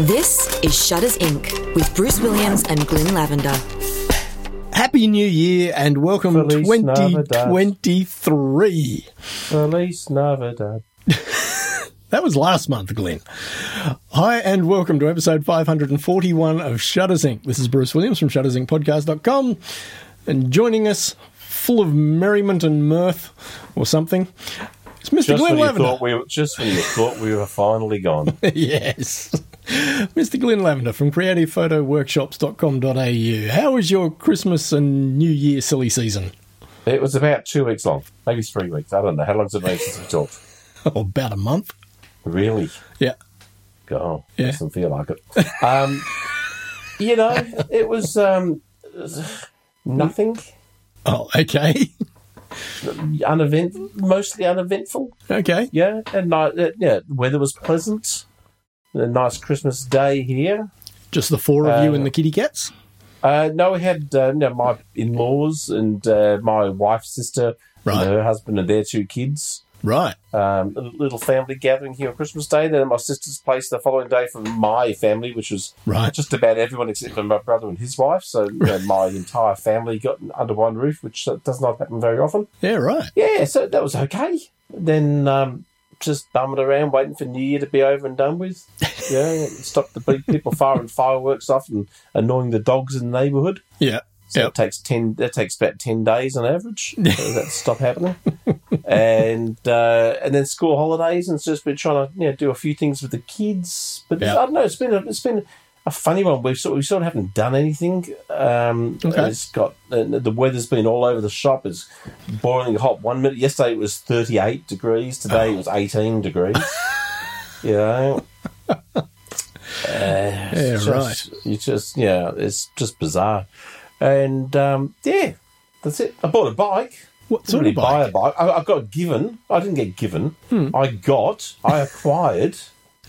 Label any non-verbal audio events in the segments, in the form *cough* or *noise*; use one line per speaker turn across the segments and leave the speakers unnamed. This is Shutters Inc. with Bruce Williams and Glenn Lavender.
Happy New Year and welcome
Feliz Navidad.
2023.
Feliz Navidad.
That was last month, Glenn. Hi, and welcome to episode 541 of Shutters Inc. This is Bruce Williams from shuttersincpodcast.com. And joining us, full of merriment and mirth or something, it's Mr.
Just
Glenn
when you
Lavender.
thought we were, just when you thought we were finally gone.
*laughs* yes. Mr. Glenn Lavender from creativephotoworkshops.com.au. How was your Christmas and New Year silly season? *laughs*
It was about two weeks long, maybe three weeks. I don't know. How long's it been since we talked?
Oh, about a month.
Really?
Yeah.
God,
Yeah.
doesn't feel like it. Um, you know, it was um, nothing.
Oh, okay. *laughs*
Unevent, mostly uneventful.
okay.
Yeah, and night. Uh, yeah, weather was pleasant. A nice Christmas day here.
Just the four of you
Uh,
and the kitty cats?
Uh, no, we had uh, no, my in-laws and uh, my wife's sister,
Right.
and her husband, and their two kids.
Right.
Um, a little family gathering here on Christmas Day. Then at my sister's place the following day from my family, which was
Right.
just about everyone except for my brother and his wife. So you know,
*laughs*
my entire family got under one roof, which uh, does not happen very often.
Yeah, right.
Yeah, so that was okay. Then um, just bumming around, waiting for New Year to be over and done
*laughs*
with. Yeah, stop the big people firing fireworks off and annoying the dogs in the neighbourhood.
Yeah.
So
Yep.
it takes ten. That takes about ten days on average.
*laughs*
for that to stop happening, and uh, and then school holidays, and it's just been trying to you know, do a few things with the kids. But
Yeah.
I don't know. It's been a, it's been a funny one. We've sort we sort of haven't done anything. Um,
Okay.
It's got uh, the weather's been all over the shop. It's boiling hot. One minute yesterday it was thirty eight degrees. Today it was
*laughs*
eighteen degrees. you know. Uh,
Yeah,
it's just, You just yeah, it's just bizarre. And um, yeah, that's it. I bought a bike.
What sort
Didn't
of
really buy
bike? Hmm.
a bike. I, I got given. I didn't get given. I got.
*laughs*
I acquired.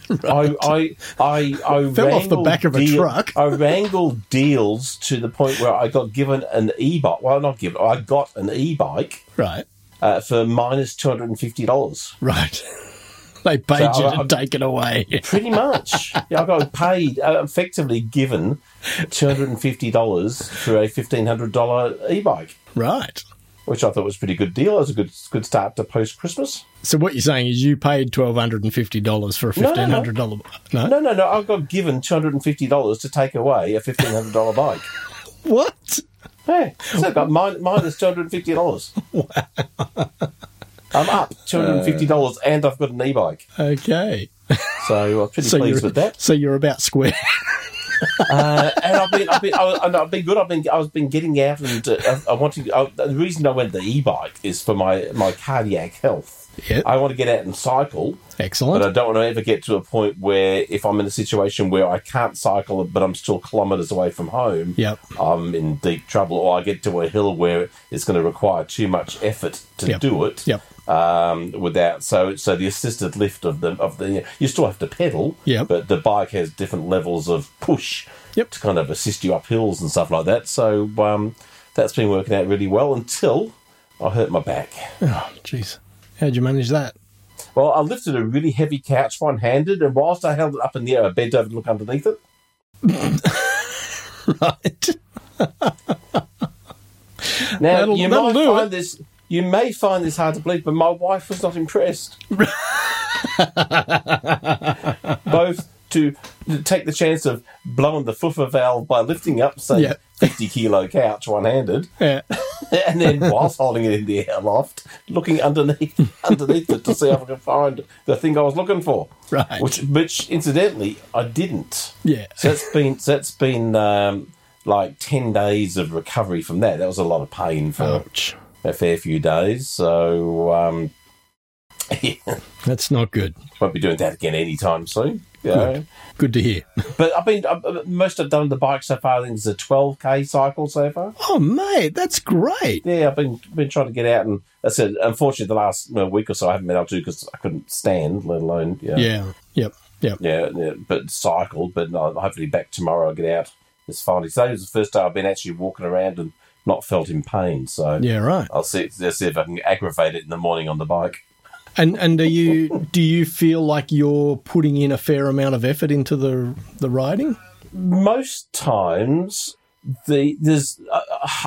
I I I, I
Fell off the
wrangled
back of a truck.
I wrangled deals to the point where I got given an e-bike. Well, not given. I got an e-bike
Right.
uh, for minus two hundred and fifty dollars.
Right. *laughs* they paid
So uh,
you
I-
to
I-
take it away. *laughs*
Pretty much. yeah, I got paid, uh, effectively given $250 for a $1,500 e bike,
right.
which I thought was a pretty good deal. It was a good good start to post Christmas.
So what you're saying is you paid twelve hundred and fifty dollars for a
No, no,
fifteen
no.
hundred dollar no,
No, no, no. I got given $250 to take away a $1,500 bike.
What?
Yeah. So I got min- minus $250. I'm up $250 and I've got an e bike.
Okay.
So I was pretty
So
pleased
you're
with that.
so you're about square. *laughs*
uh, and I've been, I've been, I was, I know, I've been good. I've been, I've been getting out, and uh, I, I want to. I, the reason I went the e-bike is for my my cardiac health.
Yeah.
I want to get out and cycle, but I
Excellent.
don't want to ever get to a point where if I'm in a situation where I can't cycle, but I'm still kilometres away from home,
Yep.
I'm in deep trouble, or I get to a hill where it's going to require too much effort to
Yep.
do it.
Yep.
Um, without so so the assisted lift of the of the you still have to pedal.
Yep.
But the bike has different levels of push.
Yep.
To kind of assist you up hills and stuff like that. So um, that's been working out really well until I hurt my back.
Oh jeez. How'd you manage that? *laughs*
Well, I lifted a really heavy couch one handed, and whilst I held it up in the air, I bent over to look underneath it.
Right.
Now
That'll-
you
that'll
might
do
find
it.
this you may find this hard to believe, but my wife was
*laughs*
not impressed. Both to, to take the chance of blowing the foofer valve by lifting up, say,
Yeah.
fifty kilo couch one handed,
Yeah. *laughs*
and then whilst holding it in the air loft,
*laughs*
looking underneath underneath it to see if I could find the thing I was looking for.
Right.
Which which incidentally I didn't.
Yeah.
So that's been so that's been um, like ten days of recovery from that. That was a lot of pain for
Ouch.
a fair few days. So um, *laughs*
That's not good.
won't be doing that again anytime soon. You know.
Good to hear.
But I've been I've, I've- most I've done on the bike so far. I think is a twelve k cycle so far.
Oh mate, that's great.
Yeah, I've been been trying to get out, and I said unfortunately the last you know, week or so I haven't been able to because I couldn't stand, let alone you know,
Yeah. Yep. Yep.
yeah, yeah, but cycled. But no, hopefully back tomorrow. I'll get out. It's finally today was the first day I've been actually walking around and not felt in pain. So
Yeah, right.
I'll see, see if I can aggravate it in the morning on the bike.
And and are you do you feel like you're putting in a fair amount of effort into the the riding?
most times the there's uh,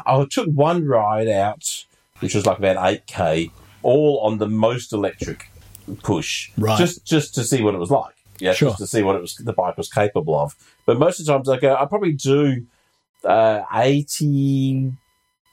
I took one ride out, which was like about eight k, all on the most electric push,
Right.
Just just to see what it was like, yeah,
Sure.
just to see what it was the bike was capable of. But most of the times, I go, I probably do uh, 80,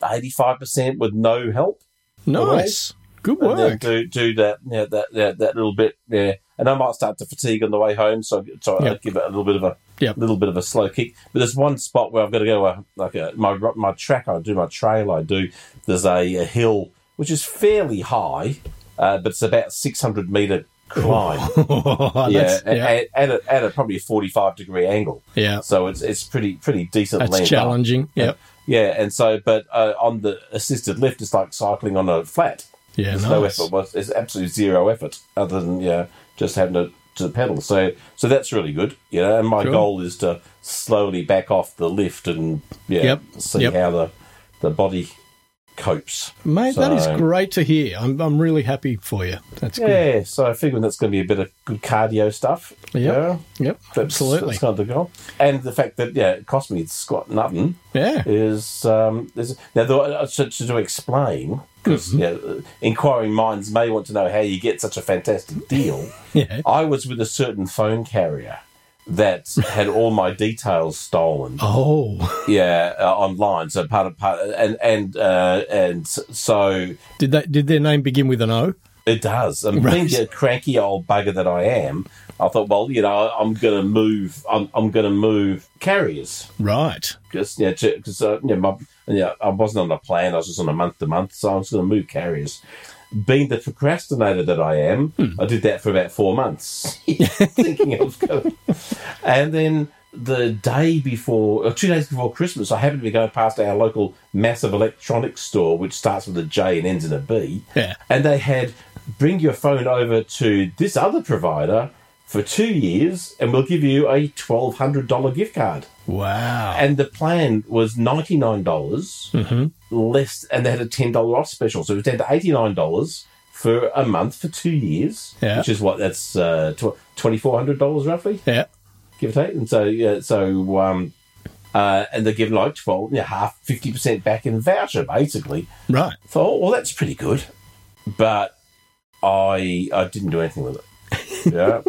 85 percent with no help.
Nice. Good
And then
work.
do do that, yeah, that, that that little bit, yeah. And I might start to fatigue on the way home, so so I
Yep.
give it a little bit of a
Yep.
little bit of a slow kick. But there's one spot where I've got to go. Uh, like a, my ro- my track, I do my trail. I do. There's a, a hill which is fairly high, uh, but it's about 600 meter
*laughs*
climb. yeah,
That's-
a-
yeah.
At, at, a, at a probably 45 degree angle.
Yeah.
So it's it's pretty pretty decent.
That's
land up.
challenging. Yep.
Yeah, and so but uh, on the assisted lift, it's like cycling on a flat.
Yeah,
There's no
nice.
effort. was- There's absolutely zero effort other than yeah, just having to, to pedal. So so that's really good. You know, and my
Sure.
goal is to slowly back off the lift and yeah,
Yep,
see
yep. Mm.
how the the body copes.
Mate, that is
So-
great to hear. I'm I'm really happy for you. That's good.
Yeah, so I figured that's going to be a bit of good cardio stuff.
Yep. Yep.
that's,
Absolutely.
That's kind of the goal. And the fact that yeah, it cost me squat nothing.
yeah.
is um, is now the, uh, to, to, to explain because
Mm-hmm.
yeah, uh, inquiring minds may want to know how you get such a fantastic deal.
*laughs* Yeah.
I was with a certain phone carrier that had all my details stolen.
Oh. *laughs*
Yeah, uh, online. So part of part and and uh, and s- so
Did that did their name begin with an O?
it does. And
Right.
being the cranky old bugger that I am, I thought, well, you know, I'm gonna move. I'm I'm gonna move carriers.
Right.
because yeah, because uh, yeah, my, yeah, I wasn't on a plan. I was just on a month to month, so I was going to move carriers. Being the procrastinator that I am, I did that for about four months, *laughs* thinking I was going. *laughs* And then the day before, or two days before Christmas, I happened to be going past our local massive electronics store, which starts with a J and ends in a B.
Yeah.
And they had bring your phone over to this other provider for two years, and we'll give you a twelve hundred dollar gift card
Wow.
and the plan was ninety nine dollars less, and they had a ten dollar off special, so it was down to eighty nine dollars for a month for two years,
Yeah.
which is what that's uh, twenty four hundred dollars roughly,
yeah.
give or take. And so yeah, so um, uh, and they're giving like twelve, yeah, half fifty percent back in voucher basically.
Right.
Thought, well, that's pretty good, but I I didn't do anything with it.
*laughs*
Yeah,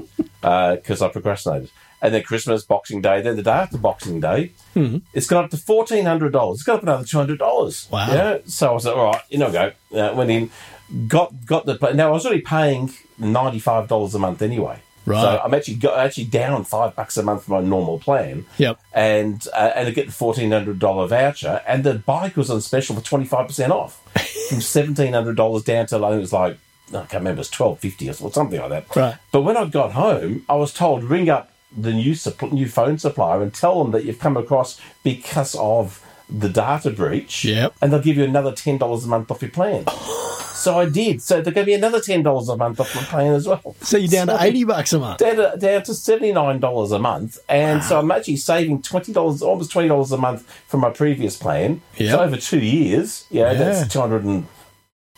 because I procrastinated. And then Christmas, Boxing Day, then the day after Boxing Day,
Hmm.
it's gone up to fourteen hundred dollars. It's gone up another two hundred dollars.
Wow.
Yeah. So I was like, all right, you know, go. Uh, went in, got got the. pla- Now I was already paying ninety five dollars a month anyway.
Right.
So I'm actually go, actually down five bucks a month from my normal plan.
Yep.
And uh, and I get the fourteen hundred dollar voucher, and the bike was on special for twenty five percent off, from seventeen hundred dollars down to I think it was like I can't remember, it's twelve fifty or something like that.
Right.
But when I got home, I was told ring up the new supp- new phone supplier and tell them that you've come across because of the data breach.
Yep.
And they'll give you another ten dollars a month off
*gasps*
your plan. so I did. So they're going to be another ten dollars a month off my plan as well.
So you're down to
So-
eighty bucks a month.
down to, down to seventy nine dollars a month, and so I'm actually saving twenty dollars, almost twenty dollars a month from my previous plan.
Yeah.
So over two years, yeah,
Yeah.
that's two hundred and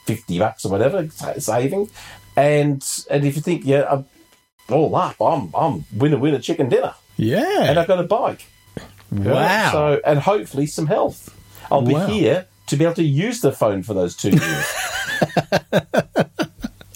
fifty bucks or whatever sa- saving. And and if you think, yeah, I'm all up, I'm I'm winner winner chicken dinner, and
Yeah.
I've got a bike. Yeah,
Wow.
So and hopefully some health. I'll
Wow.
be here to be able to use the phone for those two years.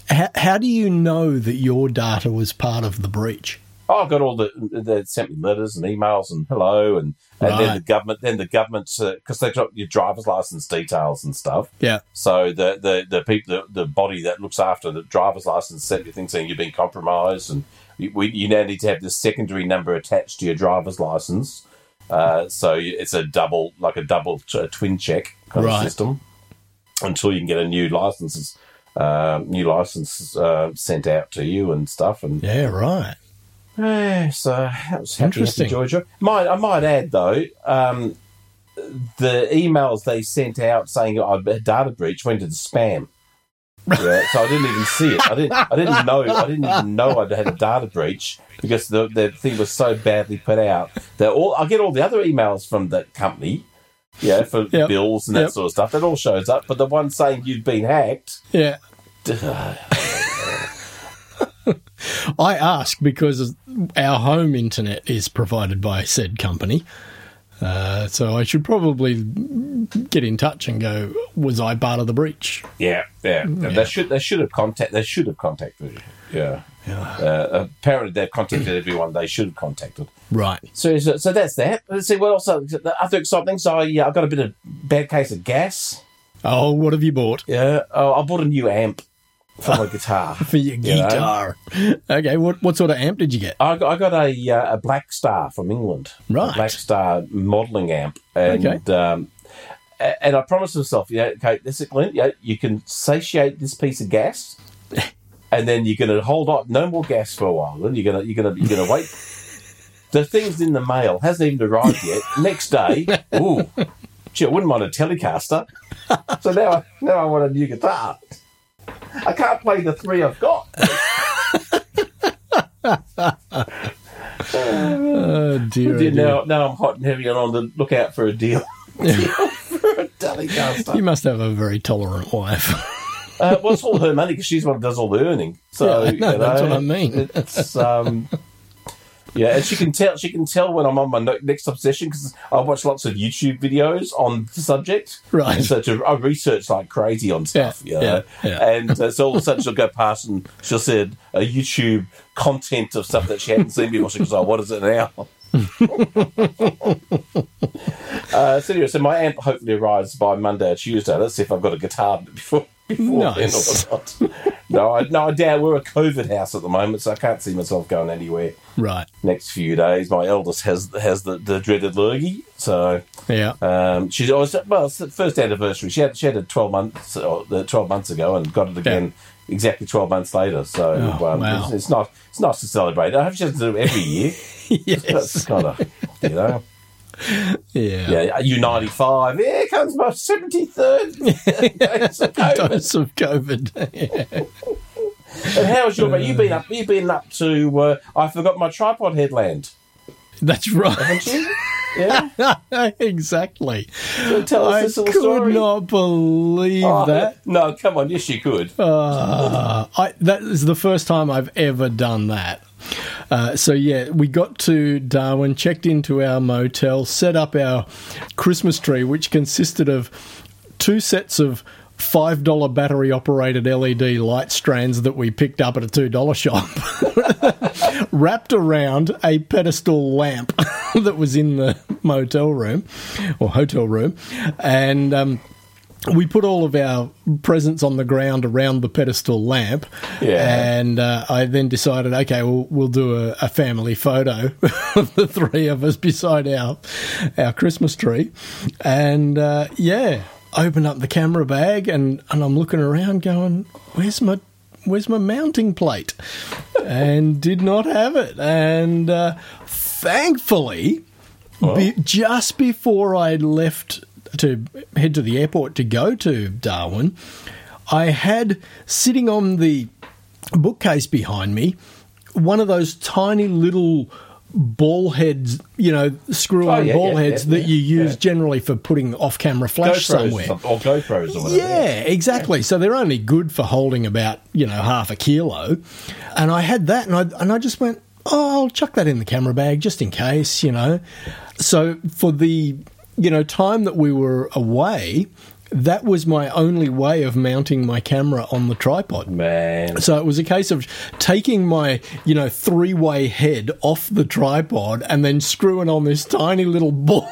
How, how do you know that your data was part of the breach?
Oh, I've got all the they sent me letters and emails and hello and, and then
Right.
the government then the government because they got your driver's license details and stuff.
Yeah.
So the the the people the, the body that looks after the driver's license sent you things saying you've been compromised and you, we, you now need to have this secondary number attached to your driver's license. Uh, so you- it's a double like a double t- a twin check kind
Right.
of system until you can get a new license. Uh, new license uh, sent out to you and stuff, and
Yeah. Right.
Eh, so that was happy,
Interesting.
happy Georgia. Might, I might add though, um, the emails they sent out saying I a data breach went into spam. Yeah, so I didn't even see it. I didn't. I didn't know. I didn't even know I'd had a data breach because the, the thing was so badly put out that all I get all the other emails from the company, yeah, for
Yep.
bills and that
Yep.
sort of stuff. That all shows up, but the one saying you've been hacked,
Yeah. *laughs* I ask because our home internet is provided by said company. Uh, so I should probably get in touch and go, was I part of the breach?
Yeah, Mm, yeah. They should they should have contact they should have contacted you. Yeah. Uh, apparently they've contacted everyone they should have contacted.
Right.
So so, so that's that. Let's see what else. I- The other exciting things. I yeah, I got a bit of bad case of gas.
Oh, what have you bought
Yeah. Oh, I bought a new amp for *laughs* my guitar.
for your
Yeah.
guitar? Okay, what, what sort of amp did you get?
I got, I got a uh, a Black Star from England,
Right.
A Black Star modelling amp, and
Okay.
um, a- and I promised myself, yeah, okay, this is Glenn, yeah, you can satiate this piece
*laughs*
of gas, and then you're gonna hold on, no more gas for a while, then you're gonna you're gonna you're gonna wait. the thing's in the mail, hasn't even arrived yet.
*laughs*
Next day, ooh, gee, I wouldn't mind a Telecaster. So now I, now I want a new guitar. I can't play the three I've got.
Oh, dear. oh,
Yeah,
dear.
now, now I'm hot and heavy and on the lookout for
*laughs*
a deal. Deal for a Telecaster.
You must have a very tolerant wife. *laughs*
Uh, well, it's all her money because she's the one who does all the earning. So
Yeah, I know,
you
that's what I mean.
It's um, yeah, and she can tell. She can tell when I'm on my no- next obsession because I watch lots of YouTube videos on the subject.
Right.
And so to, I research like crazy on stuff.
Yeah,
you know?
yeah, yeah.
And uh, so all of a sudden she'll go past and she'll see a YouTube content of stuff that she hadn't seen before. She goes, "Oh, what is it now?" uh, so anyway, so my amp hopefully arrives by Monday or Tuesday. Let's see if I've got a guitar *laughs* before. before then or
Nice.
not. no, I, no, I doubt we're a COVID house at the moment, so I can't see myself going anywhere
Right.
next few days. My eldest has has the, the dreaded lurgy, so
Yeah.
um, she's always well. It's the first anniversary. She had she had it twelve months or uh, twelve months ago, and got it again exactly twelve months later. So
Oh,
um,
wow.
it's, it's not it's nice to celebrate. I hope she doesn't do it
*laughs*
every year. That's
yes.
kind of you know.
Yeah.
Yeah, U ninety five. Here comes my seventy
*laughs*
third.
Dose of COVID. *laughs* Yeah.
And how's your mate? You've been up. You've been up to. Uh, I forgot my tripod headland.
That's right. *laughs*
Haven't you? Yeah.
exactly.
So tell us
I
this
could
little story.
not believe
Oh,
that. Oh,
No, come on. Yes, you could.
Uh, I, that is the first time I've ever done that. Uh, so yeah, we got to Darwin, checked into our motel, set up our Christmas tree, which consisted of two sets of five dollar battery operated LED light strands that we picked up at a two dollar shop, *laughs* wrapped around a pedestal lamp *laughs* that was in the motel room or hotel room, and. Um, we put all of our presents on the ground around the pedestal lamp.
Yeah.
And uh, I then decided, okay, we'll, we'll do a, a family photo *laughs* of the three of us beside our our Christmas tree. And uh, yeah, open up the camera bag and, and I'm looking around going, where's my where's my mounting plate? and did not have it. And uh, thankfully, be, just before I left to head to the airport to go to Darwin, I had sitting on the bookcase behind me one of those tiny little ball heads, you know, screw on
Oh, yeah,
ball
yeah,
heads
yeah,
that you
yeah,
use
yeah.
generally for putting off camera
GoPros Oh, or
flash somewhere.
something- or GoPros or whatever.
Yeah, exactly. So they're only good for holding about you know half a kilo, and I had that, and I and I just went, oh, I'll chuck that in the camera bag just in case, you know. So for the you know time that we were away, that was my only way of mounting my camera on the tripod.
Man.
So it was a case of taking my, you know, three way head off the tripod and then screwing on this tiny little *laughs* ball.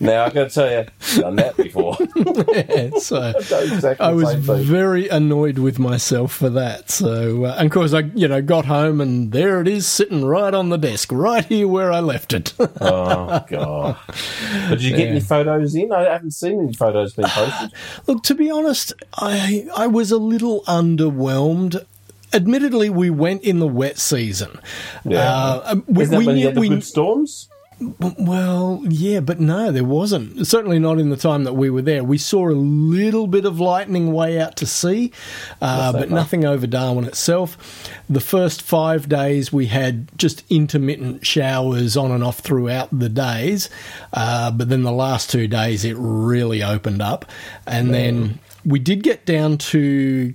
Now I've got to tell you, I've done
*laughs*
that before.
so
Done exactly
I
the
was
same thing.
very annoyed with myself for that. So, uh, and of course, I you know got home and there it is, sitting right on the desk, right here where I left it. *laughs*
Oh god! But did you get any photos in? I haven't seen any photos being posted.
Look, to be honest, I I was a little underwhelmed. Admittedly, we went in the wet season.
Yeah.
Uh, we,
Is that
we
when you
knew-
had the
we-
good storms?
Um, Well, yeah, but no, there wasn't. Certainly not in the time that we were there. We saw a little bit of lightning way out to sea, uh, but nothing over Darwin itself. The first five days we had just intermittent showers on and off throughout the days, uh, but then the last two days it really opened up. And then we did get down to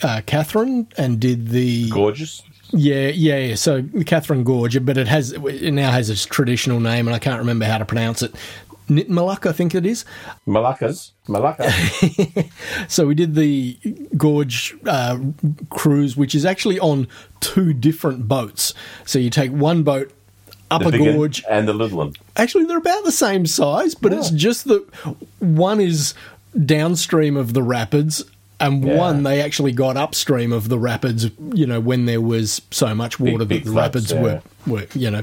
uh, Catherine and did the
Gorgeous.
yeah, yeah, yeah. So Catherine Gorge, but it has it now has its traditional name, and I can't remember how to pronounce it. Nitmaluk, I think it is.
Malakas.
*laughs*
Malacca.
So we did the Gorge uh, cruise, which is actually on two different boats. So you take one boat up
the
a
big one
gorge,
and the little one.
actually they're about the same size but it's
Yeah.
just that one is downstream of the rapids and
Yeah.
one they actually got upstream of the rapids you know when there was so much water that
big
the
floods,
rapids
yeah.
were were you know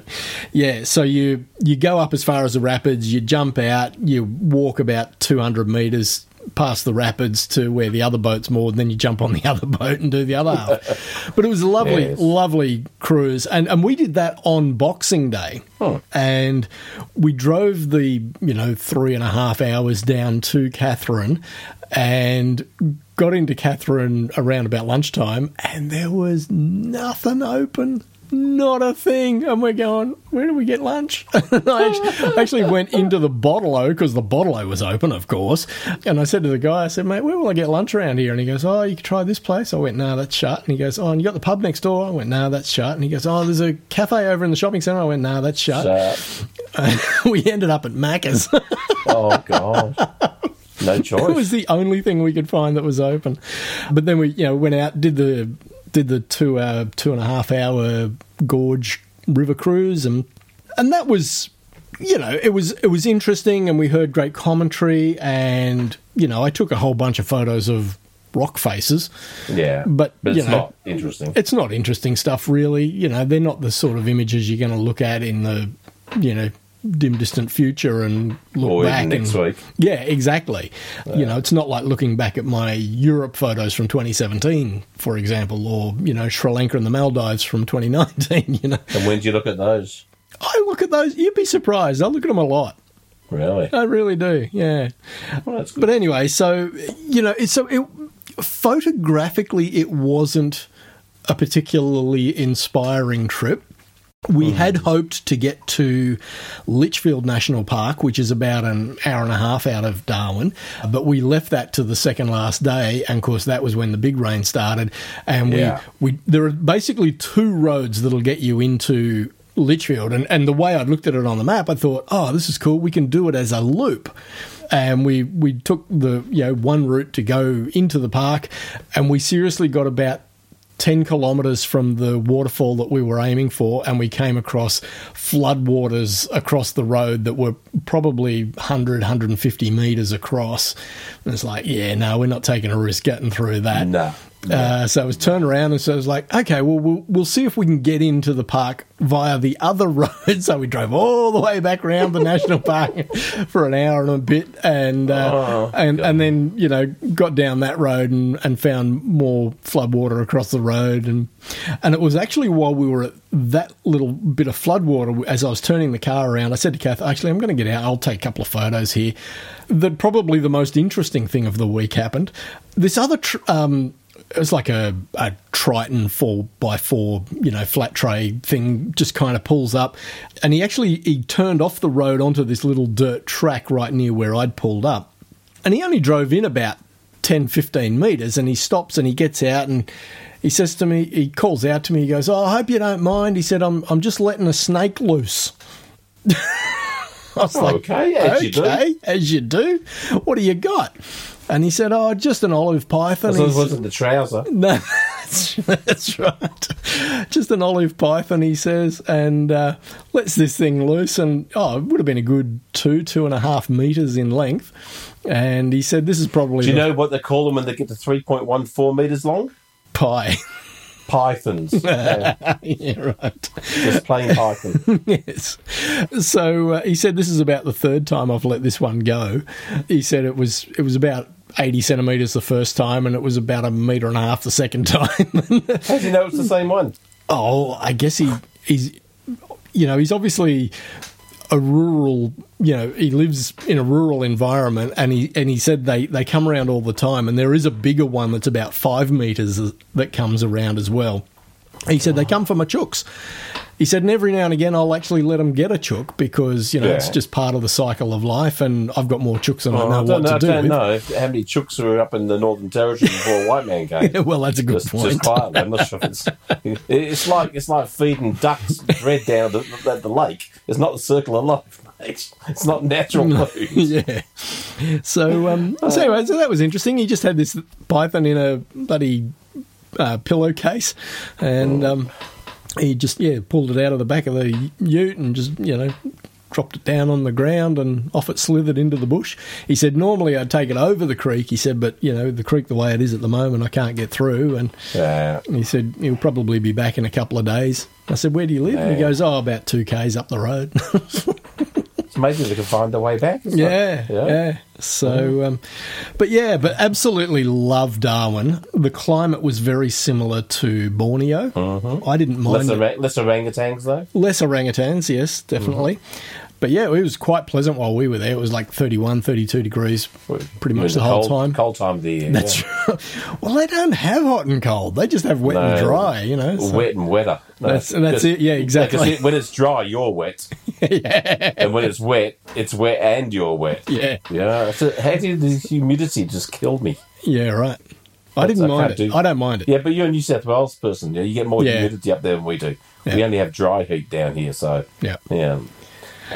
yeah so you you go up as far as the rapids you jump out you walk about 200 meters past the rapids to where the other boat's moored and then you jump on the *laughs* other boat and do the other half but it was a lovely
Yes.
lovely cruise and and we did that on boxing day and we drove the you know three and a half hours down to catherine and got into catherine around about lunchtime and there was nothing open not a thing and we're going where do we get lunch *laughs* And i act- actually went into the bottle because the bottle was open of course and i said to the guy i said mate where will i get lunch around here and he goes oh you can try this place i went no that's shut and he goes oh and you got the pub next door i went no that's shut and he goes oh there's a cafe over in the shopping centre i went no that's shut
So,
*laughs* we ended up at macca's
oh, God. No choice.
*laughs* It was the only thing we could find that was open. But then we, you know, went out, did the did the two hour, two and a half hour gorge river cruise, and and that was, you know, it was it was interesting, and we heard great commentary, and you know, I took a whole bunch of photos of rock faces.
yeah.
but,
but
you
it's
know,
not interesting.
It's not interesting stuff, really. You know, they're not the sort of images you're going to look at in the, you know. Dim distant future and look
Or
back
even next
and
week.
yeah, exactly. you know, it's not like looking back at my Europe photos from 2017, for example, or, you know, Sri Lanka and the Maldives from 2019, *laughs* you know.
And when do you look at those?
I look at those, you'd be surprised. I look at them a lot.
Really?
I really do. Yeah.
Well, that's good.
Uh, But anyway, so, you know, it's so it photographically it wasn't a particularly inspiring trip. We had hoped to get to Litchfield National Park, which is about an hour and a half out of Darwin, but we left that to the second last day, and of course that was when the big rain started. And we,
Yeah.
we there are basically two roads that'll get you into Litchfield, and and the way I looked at it on the map, I thought, oh, this is cool. We can do it as a loop. And we, we took the you know one route to go into the park, and we seriously got about 10 kilometres from the waterfall that we were aiming for, and we came across floodwaters across the road that were probably 100, 150 metres across. And it's like, yeah, no, we're not taking a risk getting through that.
No.
Uh, so it was turn around, and so it was like, okay, well, we'll we'll see if we can get into the park via the other *laughs* road. so we drove all the way back around the national *laughs* park for an hour and a bit, and uh,
Oh,
and and then you know got down that road and, and found more floodwater across the road, and and it was actually while we were at that little bit of floodwater as I was turning the car around, I said to Kath, actually, I'm going to get out. I'll take a couple of photos here. That probably the most interesting thing of the week happened. This other. Tr- um, it was like a, a Triton four by four, you know, flat tray thing. Just kind of pulls up, and he actually he turned off the road onto this little dirt track right near where I'd pulled up, and he only drove in about 10, 15 meters, and he stops and he gets out and he says to me, he calls out to me, he goes, "Oh, I hope you don't mind." He said, "I'm I'm just letting a snake loose." *laughs* I was like,
Okay, as you do.
"Okay, as you do. What do you got?" And he said, "Oh, just an olive python."
As
He
long as it
said-
wasn't the trouser.
*laughs* no, that's, that's right. Just an olive python, he says, and uh, lets this thing loose. And oh, it would have been a good two, two and a half meters in length. And he said, "This is probably
Do you
the
know what they call them when they get to 3.14 metres long?
pie." *laughs*
Pythons. Yeah,
yeah, right.
just plain python.
yes. So uh, he said, "This is about the third time I've let this one go." He said it was it was about. 80 centimetres the first time, and it was about a metre and a half the second *laughs* time.
How do you know it's the same one?
Oh, I guess he he's you know he's obviously a rural you know he lives in a rural environment and he and he said they they come around all the time and there is a bigger one that's about five meters that comes around as well. He said they come for my chooks. He said, and every now and again, I'll actually let him get a chook because, you know, it's
Yeah. Oh,
just part of the cycle of life and I've got more chooks than I know
I
what
don't, know,
to
I
do.
don't
with.
know if, how many chooks were up in the Northern Territory before a white
*laughs*
man came.
Well, that's a good
just,
point.
just quietly. I'm not sure if it's, it's like it's like feeding ducks bread down the, the, the lake. It's not the circle of life, mate. It's not natural food.
*laughs* yeah. So, um, so anyway, so that was interesting. He just had this python in a bloody uh, pillowcase, and um, he just yeah pulled it out of the back of the ute and just you know dropped it down on the ground and off it slithered into the bush. He said normally I'd take it over the creek. He said, but you know the creek the way it is at the moment, I can't get through and.
*laughs* Yeah.
And he said, he'll probably be back in a couple of days. I said, where do you live? And he
Yeah.
goes, oh, about two Ks up the road.
So maybe they can find their way back. isn't it?
Yeah, yeah.
yeah.
So, um, but yeah, but absolutely love Darwin. The climate was very similar to Borneo. I didn't mind
Mm-hmm. Less,
it.
orang- less orangutans though.
less orangutans, yes, definitely.
Mm-hmm.
But yeah, it was quite pleasant while we were there. It was like 31, 32 degrees pretty much
It's
the
a
whole
cold,
time.
Cold time of the
*laughs*
year.
That's
yeah.
true. well, they don't have hot and cold. They just have wet and
No.
dry, you know. so-
Wet and wetter. No,
That's- that's
'cause-
it, yeah, exactly.
'cause it- when it's dry, you're
*laughs*
wet. And when it's wet, it's wet and you're wet.
Yeah.
Yeah. So how did the humidity just kill me?
Yeah, right. I didn't
I
mind it.
can't do-
I don't mind it.
Yeah, but you're a New South Wales person. Yeah, you get more
Yeah.
humidity up there than we do.
Yeah.
We only have dry heat down here, so
Yeah.
yeah,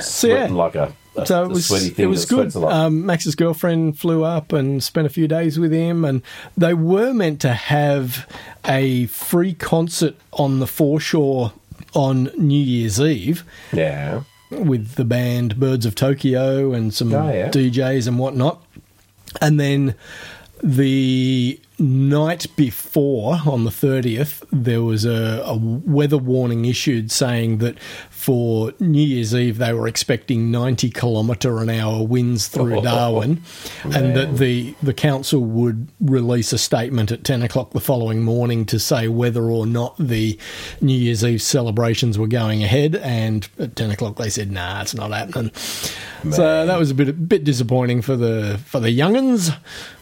So, yeah.
sweating like a, a,
so it
a
was
sweaty thing
it was
that sweats
good.
a lot.
Um, Max's girlfriend flew up and spent a few days with him, and they were meant to have a free concert on the foreshore on New Year's Eve
yeah,
with the band Birds of Tokyo and some
Oh, yeah.
DJs and whatnot, and then the night before on the 30th there was a, a weather warning issued saying that for new year's eve they were expecting 90 kilometre an hour winds
Oh.
through darwin and that the, the council would release a statement at 10 o'clock the following morning to say whether or not the new year's eve celebrations were going ahead and at 10 o'clock they said nah it's not happening so that was a bit a bit disappointing for the for the younguns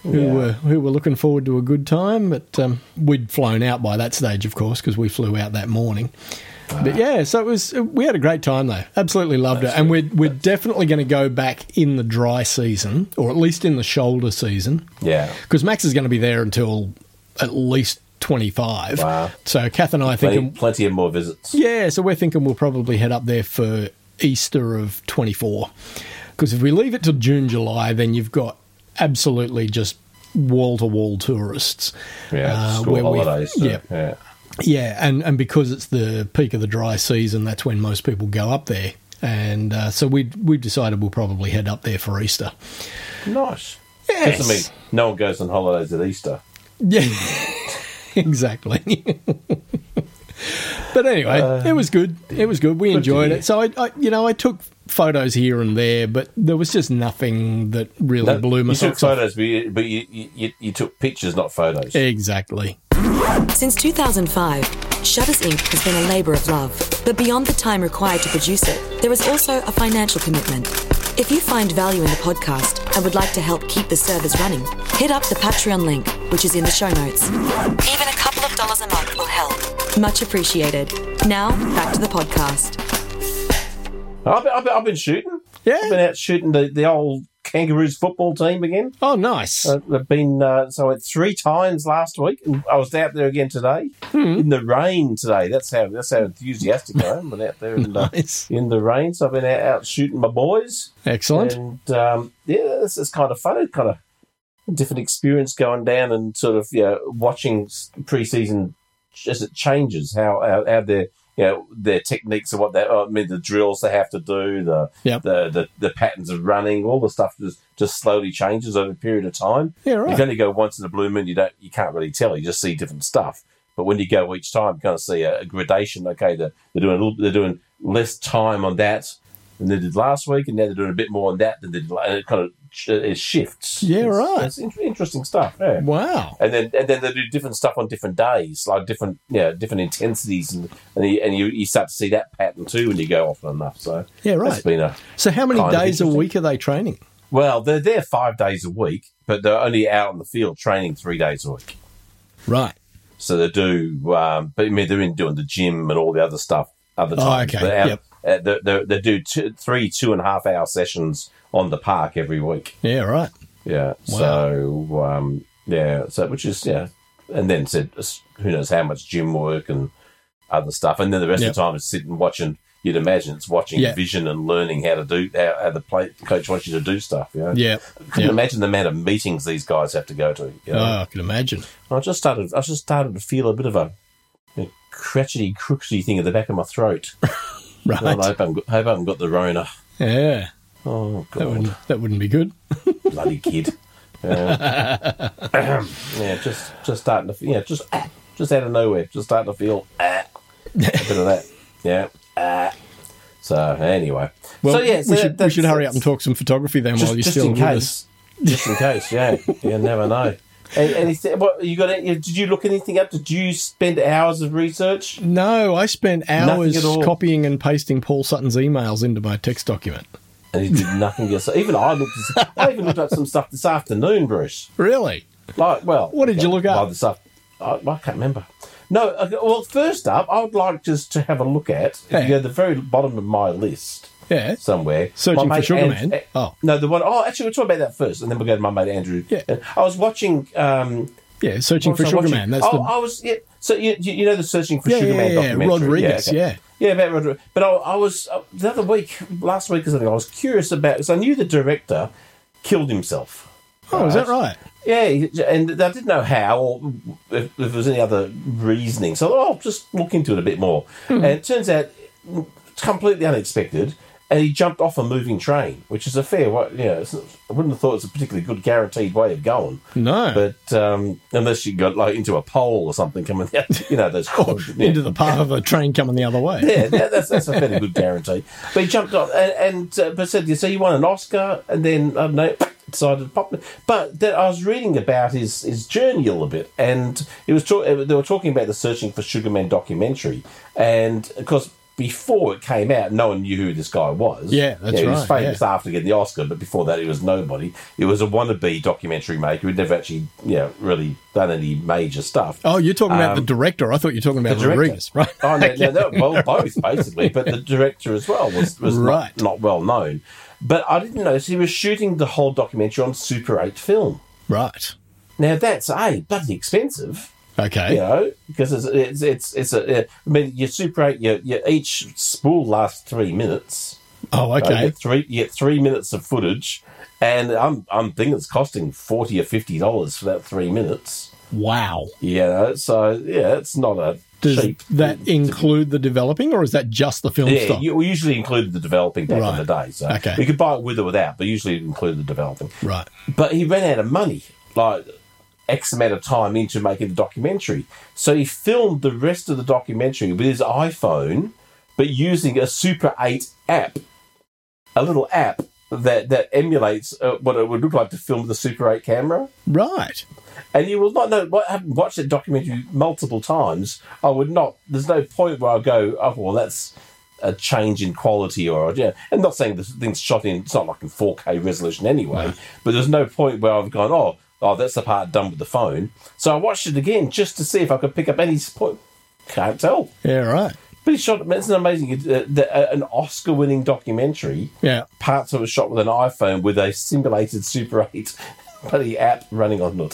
who
Yeah.
were who were looking forward to a good time. But um, we'd flown out by that stage, of course, because we flew out that morning. But yeah, so it was. We had a great time though. Absolutely loved it, and we're we're definitely going to go back in the dry season, or at least in the shoulder season,
yeah.
because Max is going to be there until at least twenty five.
Wow.
So Kath and I are
Plenty,
thinking,
plenty of more visits.
yeah, so we're thinking we'll probably head up there for Easter of 24. Because if we leave it till June, July, then you've got absolutely just wall to wall tourists.
Yeah,
uh,
school
where we-
holidays. so,
yeah,
yeah.
yeah, and, and because it's the peak of the dry season, that's when most people go up there. And uh, so we we've decided we'll probably head up there for Easter.
Nice.
Yes.
Because, I mean, no one goes on holidays at Easter.
Yeah, *laughs* exactly. *laughs* but anyway, it was good. It was good. We enjoyed
hear.
it. So I, I, you know, I took photos here and there, but there was just nothing that really
No,
blew my
you took
socks off.
photos, but, you, but you, you- you, you took pictures, not photos.
Exactly.
Since 2005, Shutters Inc. has been a labour of love, but beyond the time required to produce it, there is also a financial commitment. If you find value in the podcast and would like to help keep the servers running, hit up the Patreon link, which is in the show notes. Even a couple of dollars a month will help. Much appreciated. Now, back to the podcast.
I've, been- I've, been- I've been shooting.
Yeah.
I've been out shooting the, the old Kangaroos football team again.
Oh, nice.
Uh, I've been uh, so I went three times last week. and I was out there again today
Hmm.
in the rain today. That's how that's how enthusiastic I am. Been out there in, the
*laughs* Nice.
in the rain, so I've been out, out shooting my boys,
Excellent.
and um, yeah, this is kind of fun. It's kind of a different experience going down and sort of you know, watching s- preseason ch- as it changes how how, how their you know, their techniques and what they oh, I mean the drills they have to do the,
Yep.
the the the patterns of running all the stuff just just slowly changes over a period of time.
Yeah,
If
right.
you only go once in a blue moon, you don't you can't really tell. You just see different stuff. But when you go each time, you kind of see a, a gradation. Okay, they're, they're doing a little, they're doing less time on that than they did last week, and now they're doing a bit more on that than they did. la- And it kind of sh- it shifts.
Yeah,
It's-
right.
It's in- interesting stuff. Yeah.
Wow.
And then and then they do different stuff on different days, like different yeah different intensities, and and you, and you, you start to see that pattern too when you go often enough. So
Yeah, right.
It's been a
So, how many
Kind of
days a
interesting.
week are they training?
well, they're there five days a week, but they're only out on the field training three days a week.
Right.
So they do, um, but I mean, they're in doing the gym and all the other stuff other
Oh,
times.
okay.
They, have-
Yep.
uh, they, they, they do two, three two and a half hour sessions on the park every week.
Yeah, right.
Yeah. So um, yeah. So which is yeah, and then said who knows how much gym work and other stuff, and then the rest
Yep.
of the time it's sitting watching. You'd imagine it's watching
Yeah.
vision and learning how to do how, how the play, coach wants you to do stuff. You know?
Yeah.
Couldn't imagine the amount of meetings these guys have to go to. You know?
Oh, I can imagine.
I just started. I just started to feel a bit of a, a cratchety, crooksy thing at the back of
*laughs*
my throat.
Right.
God, I hope I, haven't got, hope I haven't got the Rona.
Yeah.
Oh
That
God,
wouldn't that wouldn't be good. *laughs*
bloody kid. Yeah. yeah, *clears throat* just just starting to. Yeah, just ah, just out of nowhere, just starting to feel ah, a bit
*laughs*
of that. Yeah. Ah. So anyway,
Well,
so yeah, so
we
that-
should we
that's-
should hurry up and
that's-
talk some photography then while you're still
in
with us.
case. *laughs* Just in case, yeah. You never know. And, and he said, what, you got? Any, did you look anything up? Did you spend hours of research?
No, I spent hours
at all.
copying and pasting Paul Sutton's emails into my text document.
And he did nothing yourself. Even I looked. I even looked up some stuff this afternoon, Bruce.
Really?
Like, well,
What did you look up?
Well, this up. I, I can't remember. No. Okay, well, first up, I would like just to have a look at. If
Yeah.
you go to the very bottom of my list.
Yeah.
somewhere.
Searching
My
for
mate
Sugar
An-
Man?
eh,
Oh.
no, the one oh actually, we'll talk about that first, and then we'll go to my mate Andrew.
Yeah.
I was watching. Um,
Yeah, searching
What
for
was
Sugar
I watching?
Man. That's
oh,
the
I was. Yeah, so you, you you know the searching for
Yeah,
Sugar
yeah,
Man
yeah, yeah,
documentary,
Rodriguez, yeah.
yeah, about Rodriguez. But I, I was uh, the other week, last week or something. I was curious about because I knew the director killed himself.
Oh, is that right?
Yeah, he- and I didn't know how or if, if there was any other reasoning. So I thought, oh, I'll just look into it a bit more.
Hmm.
And it turns out it's completely unexpected. And he jumped off a moving train, which is a fair way. You know, it's, not- I wouldn't have thought it's a particularly good guaranteed way of going.
No.
But um, unless you got like into a pole or something coming out, you
*laughs*
know, those yeah.
Into the path of a train coming the other way.
*laughs* Yeah, that, that's, that's a fairly good guarantee. But he jumped off and, and uh, but said, so you won an Oscar, and then I don't know, *laughs* decided to pop. But that I was reading about his, his journey a little bit, and it was talk, uh, they were talking about the Searching for Sugar Man documentary, and of course. Before it came out, no one knew who this guy was.
Yeah, that's
He was
right,
famous
yeah.
after getting the Oscar, but before that, he was nobody. He was a wannabe documentary maker who'd never actually, you know, really done any major stuff.
Oh, you're talking about the director. I thought you were talking about
Um, the director.
Rodriguez, right? *laughs*
Oh, no, no, no, well, both basically, but the director as well was, was not-
Right.
not, well known. But I didn't notice he was shooting the whole documentary on Super 8 film.
Right.
Now that's a bloody expensive,
Okay.
you know, because it's it's it's, it's a. I mean, your Super 8, your, your each spool lasts three minutes.
Oh,
So You
okay.
get three, you get three minutes of footage, and I'm I'm thinking it's costing forty or fifty dollars for that three minutes.
Wow.
You know, so yeah, it's not a
Does
cheap
that include the developing, or is that just the film
Yeah,
stock?
you, we usually included the developing back
Right.
in the day. So
Okay.
you could buy it with or without, but usually it included the developing.
right.
But he ran out of money, like X amount of time into making the documentary. So he filmed the rest of the documentary with his iPhone, but using a Super 8 app, a little app that, that emulates uh, what it would look like to film with a Super 8 camera.
Right.
And you will not know. What, having watched that documentary multiple times, I would not. There's no point where I go, oh well, that's a change in quality or yeah. And not saying this thing's shot in. It's not like in 4K resolution anyway. But there's no point where I've gone, oh, oh, that's the part done with the phone. So I watched it again just to see if I could pick up any point. Can't tell.
Yeah, right.
But it's shot. It's an amazing, uh, the, uh, an Oscar-winning documentary.
Yeah.
Parts of it shot with an iPhone with a simulated Super 8 *laughs* bloody app running on it,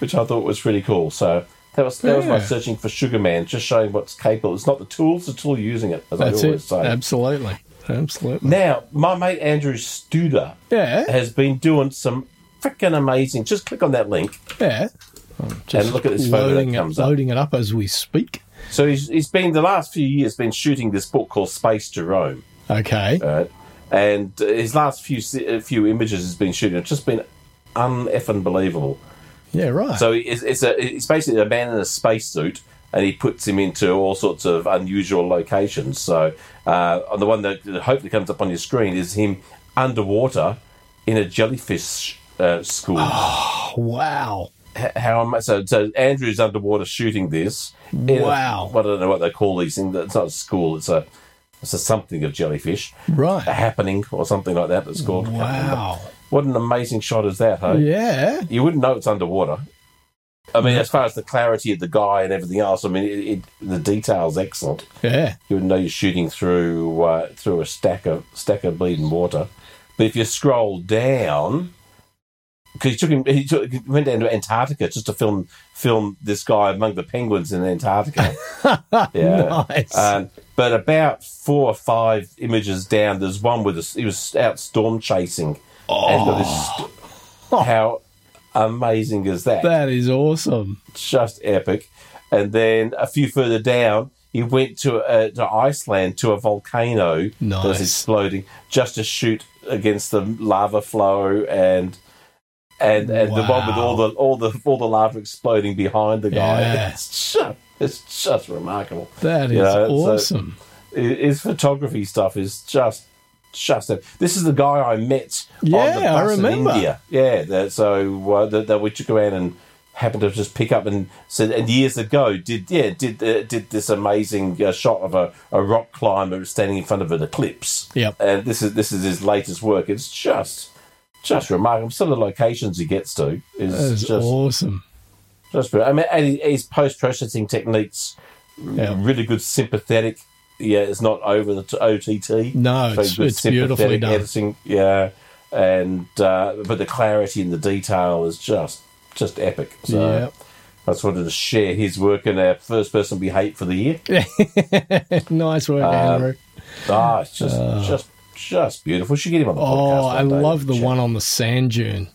which I thought was pretty cool. So that was that was my
Yeah.
searching for Sugar Man, just showing what's capable. It's not the tool; it's the tool using it, as
That's
I always
it.
say.
Absolutely. Absolutely.
Now, my mate Andrew Studer
Yeah.
has been doing some freaking amazing. Just click on that link.
Yeah. I'm just
look at this photo that
loading,
comes
it,
up.
loading it up as we speak.
So he's, he's been the last few years been shooting this book called Space to Rome.
Okay.
right? And uh, his last few se- uh, few images has been shooting. It's just been uneffing believable.
yeah, *laughs* right.
So it's, it's a it's basically a man in a spacesuit, and he puts him into all sorts of unusual locations. So uh, on the one that hopefully comes up on your screen is him underwater in a jellyfish
*gasps*
uh, school.
wow.
H- How am I? So, so Andrew's underwater shooting this. in a-
Wow.
I don't know what they call these things. It's not a school. It's a it's a something of jellyfish.
Right.
A happening or something like that. It's called. I can't remember.
Wow.
What an amazing shot is that, hey?
Yeah.
You wouldn't know it's underwater. I mean, as far as the clarity of the guy and everything else, I mean, it, it, the detail's excellent.
Yeah.
You wouldn't know you're shooting through uh, through a stack of stack of bleeding water. But if you scroll down, because he took him, he, took, he went down to Antarctica just to film film this guy among the penguins in Antarctica. yeah.
Nice.
Um, but about four or five images down, there's one with a, he was out storm chasing. And he's got
Oh.
this st- how amazing is that?
that is awesome.
just epic. And then a few further down, he went to uh, to Iceland to a volcano
Nice.
that's exploding just to shoot against the lava flow and and and the one with
Wow.
all the all the all the lava exploding behind the guy.
Yeah.
It's just it's just remarkable.
That is
You know, so-
awesome.
I- His photography stuff is just just a, this is the guy I met on the
Yeah, I
bus
remember.
in India. Yeah, that, so uh, that, that we took around and happened to just pick up and said, and years ago did yeah did uh, did this amazing uh, shot of a, a rock climber standing in front of an eclipse.
Yep.
and this is this is his latest work. It's just just remarkable. Some of the locations he gets to is,
that is
just
awesome.
just brilliant. I mean, and he- his post processing techniques um,
Yeah.
really good sympathetic. Yeah, it's not over the t- OTT.
No,
So
it's-
good
it's beautifully
sympathetic
done.
Editing, yeah, and uh, but the clarity and the detail is just just epic. So
Yeah.
I just wanted to share his work and our first person we hate for the year.
*laughs* nice
Uh,
work, Andrew.
Ah, it's just just just beautiful. We should get him on the podcast.
Uh. Oh, I
one day.
love the
Check.
one on the sand dune.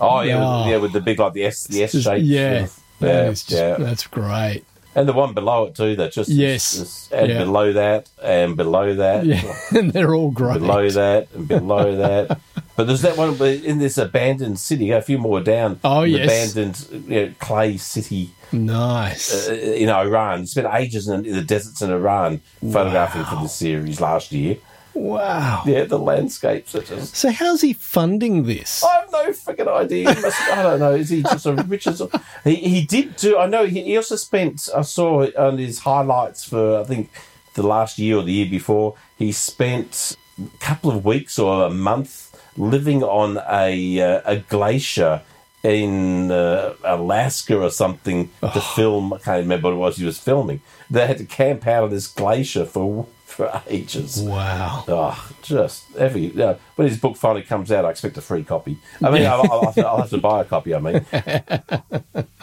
Oh yeah,
Oh.
With, yeah, with the big like the S the S
Just-
shape.
yeah, that
yeah,
is just-
yeah.
that's great. *laughs*
and the one below it too. That just
Yes.
is- and
Yeah.
below that, and below that,
Yeah, and they're all great.
*laughs* below that and below that. But there's that one where in this abandoned city, a few more down.
Oh,
the
yes.
abandoned you know, clay city
Nice.
uh, in Iran. Spent ages in, in the deserts in Iran photographing for this series last year.
wow.
Yeah, the landscapes are just.
So how's he funding this?
I have no freaking idea. He must- I don't know. Is he just a rich as he, he did do. I know he, he also spent. I saw on his highlights for I think the last year or the year before. He spent a couple of weeks or a month living on a uh, a glacier in uh, Alaska or something to film. I can't remember what it was he was filming. They had to camp out on this glacier for for ages.
Wow.
Oh, just every yeah. when his book finally comes out, I expect a free copy. I mean, I'll, I'll, have to, I'll have to buy a copy.
*laughs*
I mean,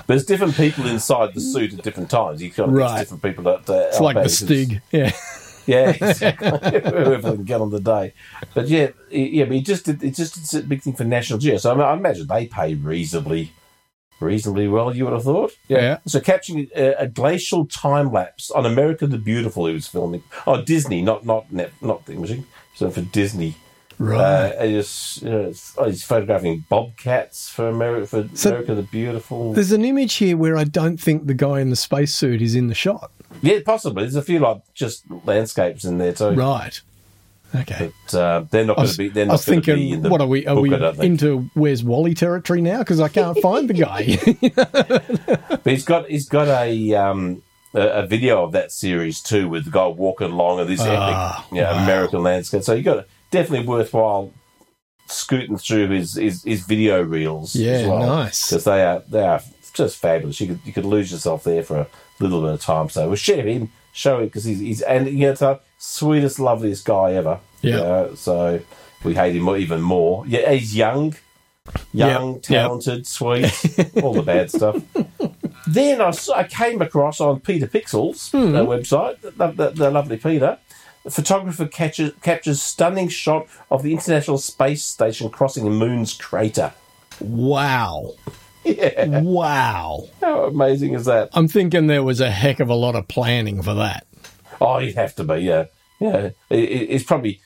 there's different people inside the suit at different times. You kind of
Right.
right. different people that uh,
It's like the Stig.
*laughs*
Yeah. *laughs*
Yeah, exactly. whoever can get on the day. But yeah, yeah. But he just did. It just it's a big thing for National Geo. So I, mean, I imagine they pay reasonably, reasonably well. You would have thought.
Yeah.
So capturing a, a glacial time lapse on America the Beautiful, he was filming. Oh, Disney, not not net, not the imaging. So for Disney,
Right.
uh, and he's, you know, it's- oh, he's photographing bobcats for America for
So-
America the Beautiful.
There's an image here where I don't think the guy in the spacesuit is in the shot.
yeah, possibly. There's a few like just landscapes in there too.
Right. Okay.
But, uh, they're not
I
going
was,
to be. They're
I
not
was
going to be
thinking,
in the
what are we? Are
book,
we
I don't think.
into where's Wally territory now? Because I can't find the
*laughs*
guy.
But he's got he's got a um a, a video of that series too with the guy walking along and this
Ah,
epic you know, American landscape. So you got a, definitely worthwhile scooting through his his, his video reels.
Yeah,
as well,
nice.
because they are they are just fabulous. You could you could lose yourself there for a little bit of time. So we'll share him, show him because he's he's and you know it's the sweetest, loveliest guy ever.
Yeah.
You know, so we hate him even more. Yeah, he's young young,
Yep, yep.
talented, sweet, all the
*laughs*
bad stuff. Then I, s- I came across on Peter Pixels
Hmm.
uh, website, the, the, the lovely Peter. The photographer catches, captures stunning shot of the International Space Station crossing the moon's crater.
wow.
Yeah,
Wow.
how amazing is that?
I'm thinking there was a heck of a lot of planning for that.
Oh, you'd have to be, yeah, yeah. It, it- it's probably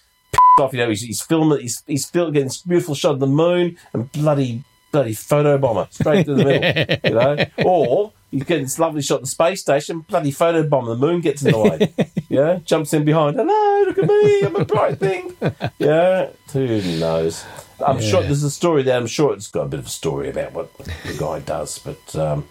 off, you know. He's, he's filming, he's he's filming getting this beautiful shot of the moon and bloody bloody photo bomber straight through the middle, you know. Or he's getting this lovely shot of the space station, bloody photo bomber, the moon gets in the way, yeah, jumps in behind. Hello, look at me, I'm a bright thing, yeah. Who knows? I'm sure there's a story there. I'm sure it's got a bit of a story about what the guy does, but. Um,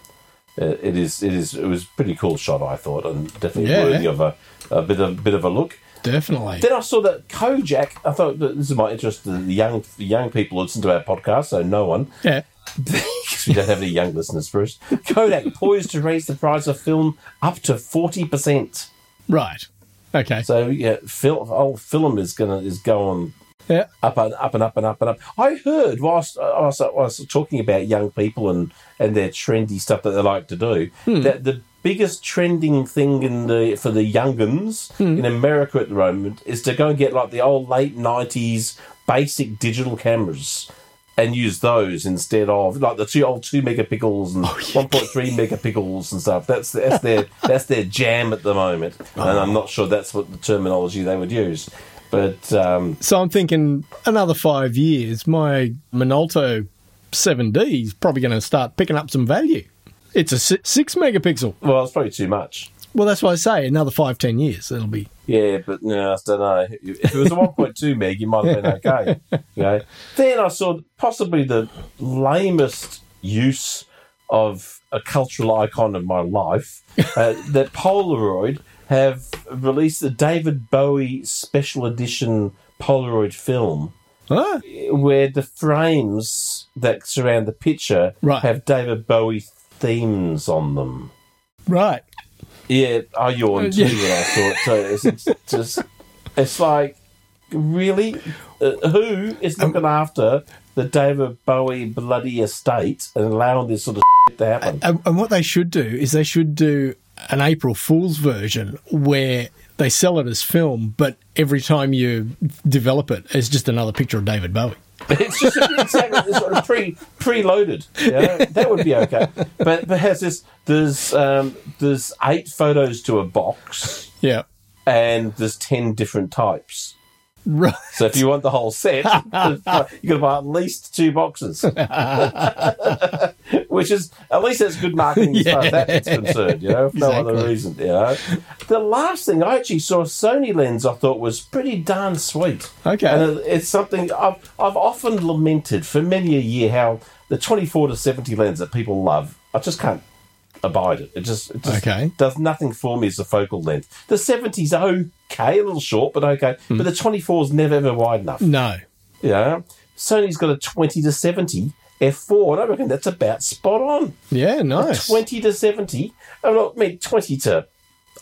it it is. It is. It was a pretty cool shot, I thought, and definitely
Yeah.
worthy of a, a bit of bit of a look.
Definitely.
Then I saw that Kojak. I thought that this is my interest. The young the young people listen to our podcast, so no one.
yeah.
because we don't have any young listeners, Bruce. Kodak poised to raise the price of film up to forty percent.
Right. Okay.
So yeah, film, oh, film is gonna is going
yeah.
up and up and up and up and up. I heard whilst I was, I was talking about young people and, and their trendy stuff that they like to do that the biggest trending thing in the for the younguns in America at the moment is to go and get like the old late nineties basic digital cameras. And use those instead of like the two old two megapixels and one point three megapixels and stuff. That's that's their that's their jam at the moment, and I'm not sure that's what the terminology they would use. But um,
So I'm thinking another five years, my Minolto 7D is probably going to start picking up some value. It's a si- six megapixel.
Well, it's probably too much.
Well, that's why I say another five, ten years, it'll be.
Yeah, but no, I don't know. If it *laughs* was a 1.2 meg, you might have been okay. You know? Then I saw possibly the lamest use of a cultural icon of my life *laughs* uh, that Polaroid have released the David Bowie special edition Polaroid film
Huh?
where the frames that surround the picture
Right.
have David Bowie themes on them.
Right.
Yeah, I yawned too when I saw it. So it's, it's just, it's like, really, uh, who is looking after the David Bowie bloody estate and allowing this sort of shit to happen?
And, and what they should do is they should do an April Fool's version where they sell it as film, but every time you develop it, it's just another picture of David Bowie.
*laughs* It's just exactly it's sort of pre preloaded. You know? That would be okay. But but has this? There's um, there's eight photos to a box,
Yeah. *laughs*
and there's ten different types.
Right.
So if you want the
*laughs*
whole set, you've got to buy at least two boxes, which is at least that's good marketing as far as that's concerned. You know, for no other
Exactly.
reason. You know, the last thing I actually saw a Sony lens I thought was pretty darn sweet.
Okay.
and it- it's something I've I've often lamented for many a year how the twenty four to seventy lens that people love, I just can't abide it. It just, it just
Okay.
does nothing for me as a focal length. The 70s okay, a little short, but okay.
Hmm.
But the 24 is never ever wide enough.
No.
Yeah. Sony's got a 20 to 70 F4, and I reckon that's about spot on.
Yeah, nice.
20 to 70. I mean, I mean, 20 to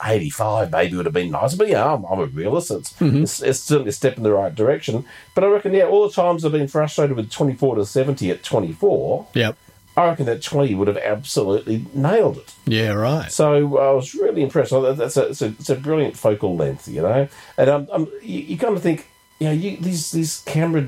85 maybe would have been nice, but yeah, I'm, I'm a realist. It's,
Mm-hmm.
it's, it's certainly a step in the right direction. But I reckon, yeah, all the times I've been frustrated with 24 to 70 at 24,
Yep.
I reckon that 20 would have absolutely nailed it.
Yeah, right.
So uh, I was really impressed. Oh, that- That's a, it's a, it's a brilliant focal length, you know. And um, um, you, you kind of think, you know, you, these these camera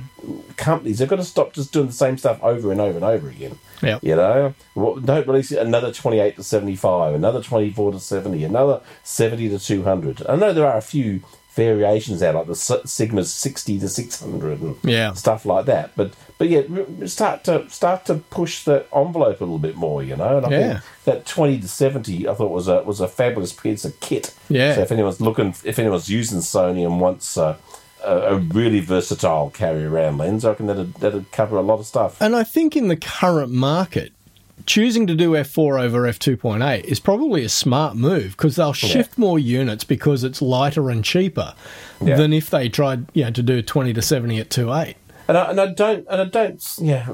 companies they've got to stop just doing the same stuff over and over and over again.
Yep.
You know, what, don't release another twenty eight to seventy five, another twenty four to seventy, another seventy to two hundred. I know there are a few variations out like the S- Sigma sixty to six hundred and
Yeah.
stuff like that. But but yeah, r- start to start to push the envelope a little bit more, you know. And I
Yeah.
think that twenty to seventy, I thought was a was a fabulous piece of kit.
Yeah.
So if anyone's looking, if anyone's using Sony and wants a, a, a really versatile carry around lens, I reckon that'd, that'd cover a lot of stuff.
And I think in the current market, choosing to do F4 over F2.8 is probably a smart move because they'll shift more units because it's lighter and cheaper
Yeah.
than if they tried you know, to do 20 to 70 at 2.8.
And I, and I don't, and I don't, yeah,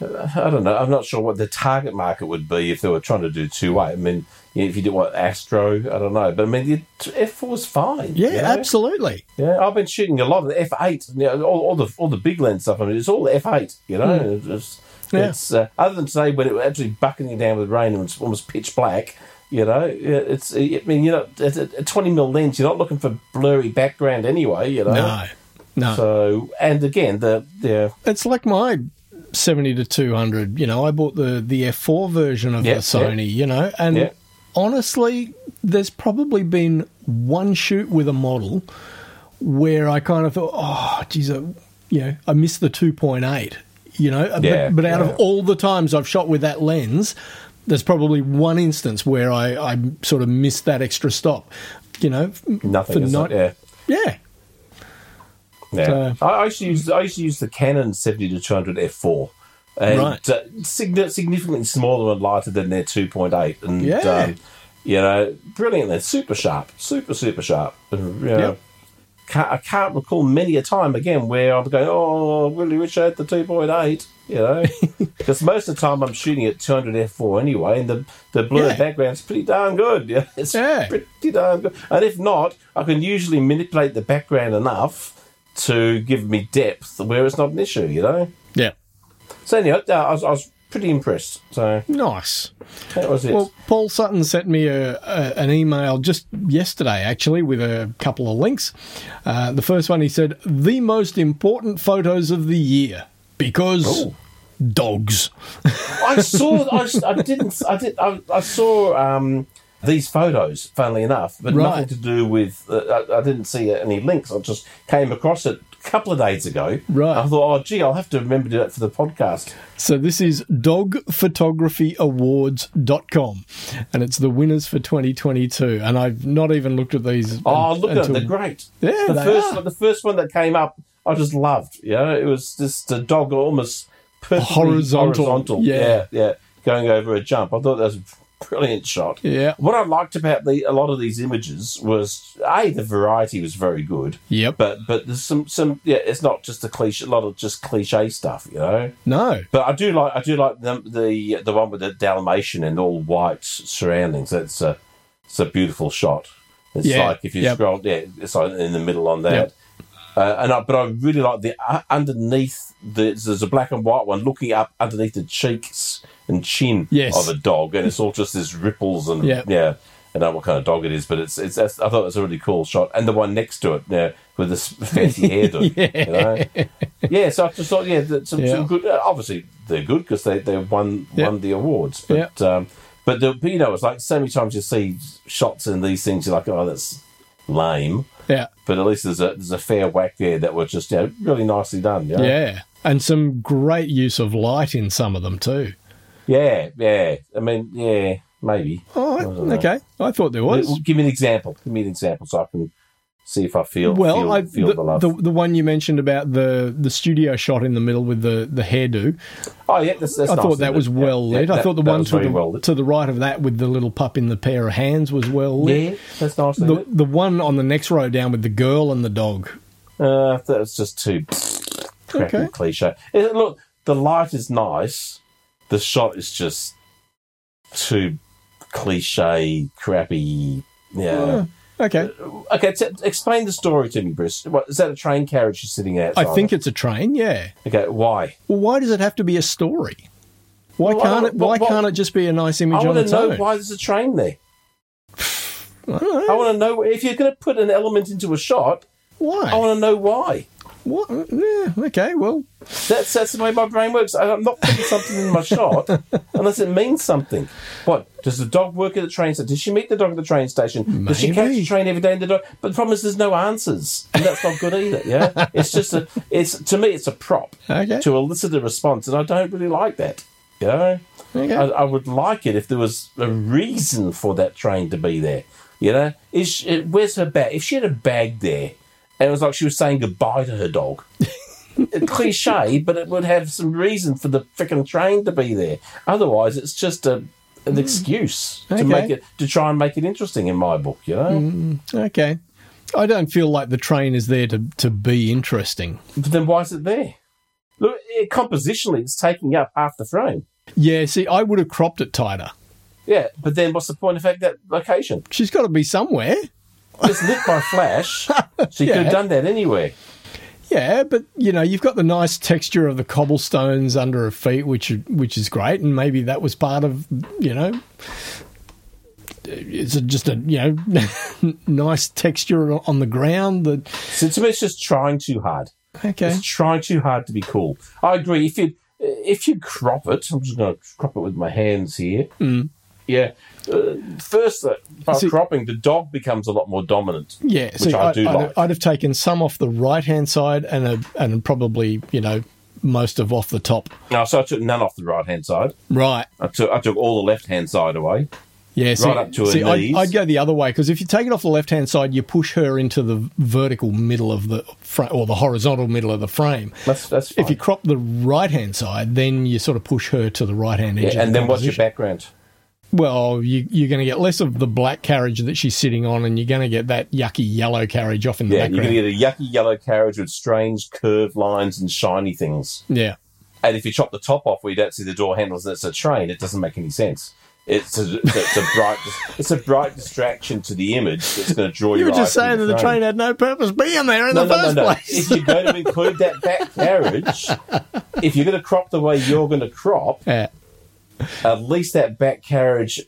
I don't know. I'm not sure what the target market would be if they were trying to do two way. I mean, if you did what Astro, I don't know, but I mean, the F4 is fine.
Yeah,
you know?
absolutely.
Yeah, I've been shooting a lot of the F8, you know, all, all the all the big lens stuff. I mean, it's all F8, you know. It's, it's-
Hmm. Yeah.
it's, uh, other than today when it was actually bucketing down with rain and it's almost pitch black. You know, yeah, it's. I mean, you know, it's a a 20 mil lens. You're not looking for blurry background anyway. You know.
No, no.
So, and again, the the
it's like my 70 to 200 you know i bought the the f4 version of
Yeah,
the sony
yeah.
you know and
Yeah.
honestly there's probably been one shoot with a model where i kind of thought oh geez I, you know i missed the 2.8 you know but-
Yeah,
but, out
yeah.
of all the times i've shot with that lens there's probably one instance where i i sort of missed that extra stop you know f-
nothing. is
not-
not, yeah.
yeah
Yeah. I, I used to use I used to use the Canon seventy to two hundred f four. And
Right.
uh, signi- significantly smaller and lighter than their 2.8, and
Yeah.
um, you know, brilliant. They're super sharp, super super sharp. And, you know,
Yep.
can't, I can't recall many a time again where I'm going, oh, I really wish I had the 2.8, you
*laughs*
know, because most of the time I'm shooting at 200 f4 anyway, and the the blur
Yeah.
background's pretty darn good. *laughs* Yeah, it's
Yeah.
pretty darn good. And if not, I can usually manipulate the background enough to give me depth where it's not an issue, you know.
Yeah.
So anyway, uh, I was, I was pretty impressed. So
Nice.
that was it.
Well, Paul Sutton sent me a, a, an email just yesterday, actually, with a couple of links. Uh, the first one, he said, the most important photos of the year because
Oh.
dogs.
I saw. I, I didn't. I did. I, I saw um, these photos. Funnily enough, but
Right.
nothing to do with. Uh, I, I didn't see any links. I just came across it a couple of days ago.
Right.
I thought, oh, gee, I'll have to remember to do that for the podcast.
So this is dogphotography.awards.com, and it's the winners for 2022. And I've not even looked at these.
Oh,
un-
look at them.
until-
They're great.
Yeah,
the
they
first
are.
One, the first one that came up, I just loved. You know, it was just a dog almost perfectly
Horizontal.
horizontal.
Yeah.
yeah, yeah, going over a jump. I thought that was a brilliant shot.
Yeah.
What I liked about the a lot of these images was a the variety was very good.
Yep.
But but there's some some yeah. It's not just a cliche. A lot of just cliche stuff. You know.
No.
But I do like I do like the the, the one with the Dalmatian and all white surroundings. That's a it's a beautiful shot. It's
Yeah,
like if you
yep.
scroll, yeah, it's like in the middle on that.
Yep.
Uh, and I, but I really like the uh, underneath. The, there's a black and white one looking up underneath the cheeks and chin
Yes.
of a dog, and it's all just this ripples and
Yep.
yeah. I don't know what kind of dog it is, but it's it's. That's, I thought it was a really cool shot, and the one next to it, yeah, with this fancy
*laughs*
hairdo. you know? yeah, so I just thought, yeah, that some,
Yeah.
some good. uh, Obviously, they're good because they they won
Yeah.
won the awards, but um, but the but, you know, it's like so many times you see shots in these things, you're like, oh, that's lame.
Yeah.
But at least there's a there's a fair whack there that were just yeah, really nicely done. You know?
Yeah. And some great use of light in some of them, too.
yeah, yeah. I mean, yeah, maybe.
Oh,
I don't know.
okay. I thought there was.
Well, Give me an example. Give me an example so I can see if I feel
Well,
feel,
I,
feel
the,
the, love.
the, the one you mentioned about the, the studio shot in the middle with the, the hairdo,
oh yeah, that's, that's
I
nice,
thought that
isn't
was
it?
well
Yeah,
lit.
yeah,
I thought the
that
one
was
to
very
the,
well lit.
to the right of that with the little pup in the pair of hands was well lit.
yeah, that's nicely
The,
lit.
the one on the next row down with the girl and the dog.
Uh, that was just too crappy
Okay.
cliche. Eh, look, the light is nice. The shot is just too cliche, crappy. Yeah.
Okay.
Uh, Okay, t- explain the story to me, Bruce. What, is that a train carriage you're sitting
I
outside?
think
of?
it's a train, yeah.
Okay, why?
Well, why does it have to be a story? Why
Well, I
can't
wanna-
it? Why
what- what-
can't it just be a nice image
I
on
want to
its
know
own?
why there's a train there.
*sighs* I don't
I
know.
want to know if you're going to put an element into a shot. I
Why?
want to know why.
What? Yeah, okay. Well,
That's that's the way my brain works. I- I'm not putting something in
*laughs*
my shot unless it means something. What does the dog work at the train station? Does she meet the dog at the train station? Does she catch
Maybe.
the train every day? And the dog, but the problem is there's no answers, and that's not good either.
*laughs*
Yeah, it's just a it's to me it's a prop
Okay.
to elicit a response, and I don't really like that. You know,
Okay.
I, I would like it if there was a reason for that train to be there. You know, is she, where's her bag? If she had a bag there, and it was like she was saying goodbye to her dog cliche, but it would have some reason for the freaking train to be there. Otherwise, it's just a an
Mm.
excuse
Okay. Mm.
to make it to try and make it interesting in my book. You know,
okay. I don't feel like the train is there to to be interesting.
but then why is it there? Look, it, compositionally, it's taking up half the frame.
Yeah. See, I would have cropped it tighter.
Yeah, but then what's the point of having that location?
She's got to be somewhere.
It's lit
*laughs*
by flash. So you could
Yeah.
have done that anyway.
Yeah, but you know, you've got the nice texture of the cobblestones under her feet, which which is great, and maybe that was part of you know, it's a- just a you know, *laughs* nice texture on the ground. That
So to me, it's just trying too hard.
okay,
It's trying too hard to be cool. I agree. If you if you crop it, I'm just going to crop it with my hands here. Yeah. Uh, first, uh, by
Mm. See-
cropping, the dog becomes a lot more dominant.
yeah.
which
so
I, do
would
like.
I'd have taken some off the right hand side and a, and probably you know most of off the top.
no, so I took none off the right hand side.
Right.
I took I took all the left hand side away.
Yeah, see,
up to her
see, I'd-
knees.
I'd, go the other way because if you take it off the left hand side, you push her into the vertical middle of the frame or the horizontal middle of the frame.
That's that's fine.
If you crop the right hand side, then you sort of push her to the right hand edge.
yeah,
of
and
the
then what's your
composition.
background?
well, you, you're going to get less of the black carriage that she's sitting on, and you're going to get that yucky yellow carriage off in the
Yeah, you're
background.
going to get a yucky yellow carriage with strange curved lines and shiny things.
yeah,
And if you chop the top off where you don't see the door handles and it's a train, it doesn't make any sense. It's a, it's a bright it's a bright distraction to the image that's going to draw
you
your
were just
eye
saying
to
that the train had no purpose being there in
No,
the
no, no,
first
no.
place.
If you're going to include that back carriage, if you're going to crop the way you're going to crop,
*laughs* Yeah.
at least that back carriage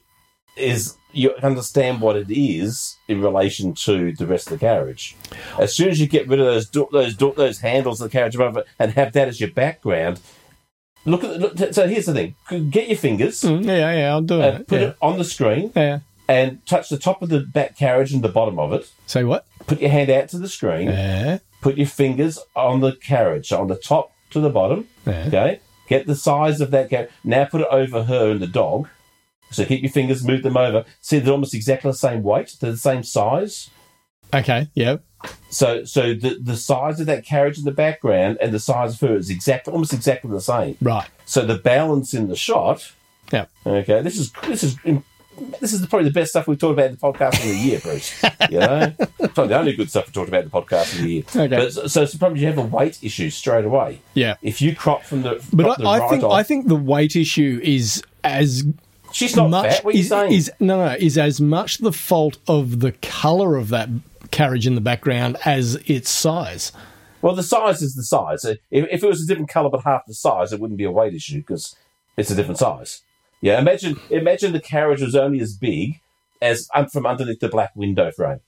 is you understand what it is in relation to the rest of the carriage. As soon as you get rid of those do- those do- those handles of the carriage above it and have that as your background, look at the, look, so here's the thing: get your fingers,
Mm, yeah, yeah, I'm doing
uh,
it.
put
Yeah.
it on the screen,
yeah.
and touch the top of the back carriage and the bottom of it.
So what?
Put your hand out to the screen
Yeah,
put your fingers on the carriage, so on the top to the bottom.
Yeah.
Okay. Get the size of that carriage. Now put it over her and the dog. So keep your fingers, move them over. See, they're almost exactly the same weight. They're the same size.
okay, yeah.
So, so the, the size of that carriage in the background and the size of her is exact, almost exactly the same.
Right.
So the balance in the shot.
Yeah.
Okay, this is this is this is probably the best stuff we've talked about in the podcast of the year,
*laughs*
Bruce. You know, it's probably the only good stuff we talked about in the podcast of the year.
Okay.
But so, so sometimes you have a weight issue straight away.
Yeah.
If you crop from the, crop
But
the
I, I
right
think
off,
I think the weight issue is as
she's not
much
fat. What are you
is,
saying?
is no no is as much the fault of the color of that carriage in the background as its size.
well, the size is the size. If, if it was a different color but half the size, it wouldn't be a weight issue because it's a different size. Yeah. Imagine imagine the carriage was only as big as um, from underneath the black window frame.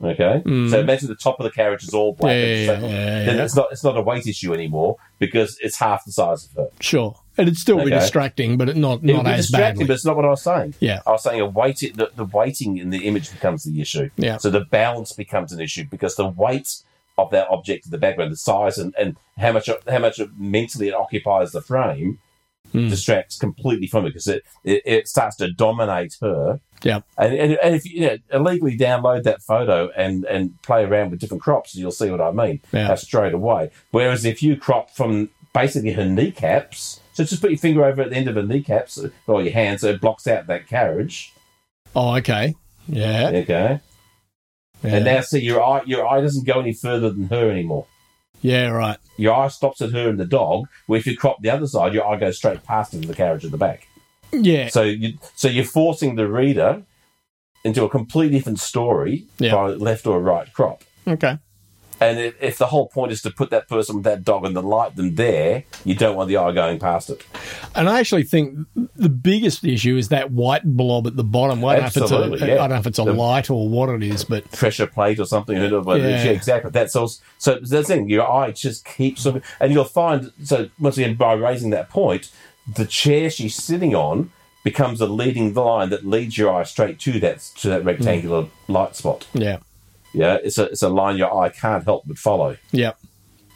Okay. So imagine the top of the carriage is all black.
Yeah,
It's
Hmm. yeah,
like-
yeah,
then
yeah.
it's not it's not a weight issue anymore because it's half the size of her.
Sure, it'd still be
Okay.
distracting, but it not
It
not
would be
as
distracting,
badly.
but it's not what I was saying.
Yeah.
I was saying a weight the, the weighting in the image becomes the issue.
Yeah.
So the balance becomes an issue because the weight of that object in the background, the size and, and how much how much mentally it occupies the frame
Hmm.
distracts completely from it because it, it, it starts to dominate her.
yeah,
And, and, and if you, you know, illegally download that photo and, and play around with different crops, you'll see what I mean.
Yeah.
That's straight away. Whereas if you crop from basically her kneecaps, so just put your finger over at the end of her kneecaps or your hand so it blocks out that carriage.
Oh, okay. Yeah.
Okay.
Yeah.
And now see your eye your eye doesn't go any further than her anymore.
yeah. Right.
Your eye stops at her and the dog, where if you crop the other side, your eye goes straight past into the carriage at the back.
Yeah.
So you so you're forcing the reader into a completely different story
Yeah.
by left or right crop.
okay.
And if, if the whole point is to put that person with that dog and to light them there, you don't want the eye going past it.
And I actually think the biggest issue is that white blob at the bottom. I don't, know if it's a,
Absolutely, yeah.
I don't know if it's a
The-
light or what it is, but
Pressure plate or something. who knows what it is.
Yeah.
Yeah, exactly. That's also so. That's the thing. Your eye just keeps looking, and you'll find. So once again, by raising that point, the chair she's sitting on becomes a leading line that leads your eye straight to that to that rectangular light spot.
yeah,
Yeah, it's a it's a line your eye can't help but follow.
yeah,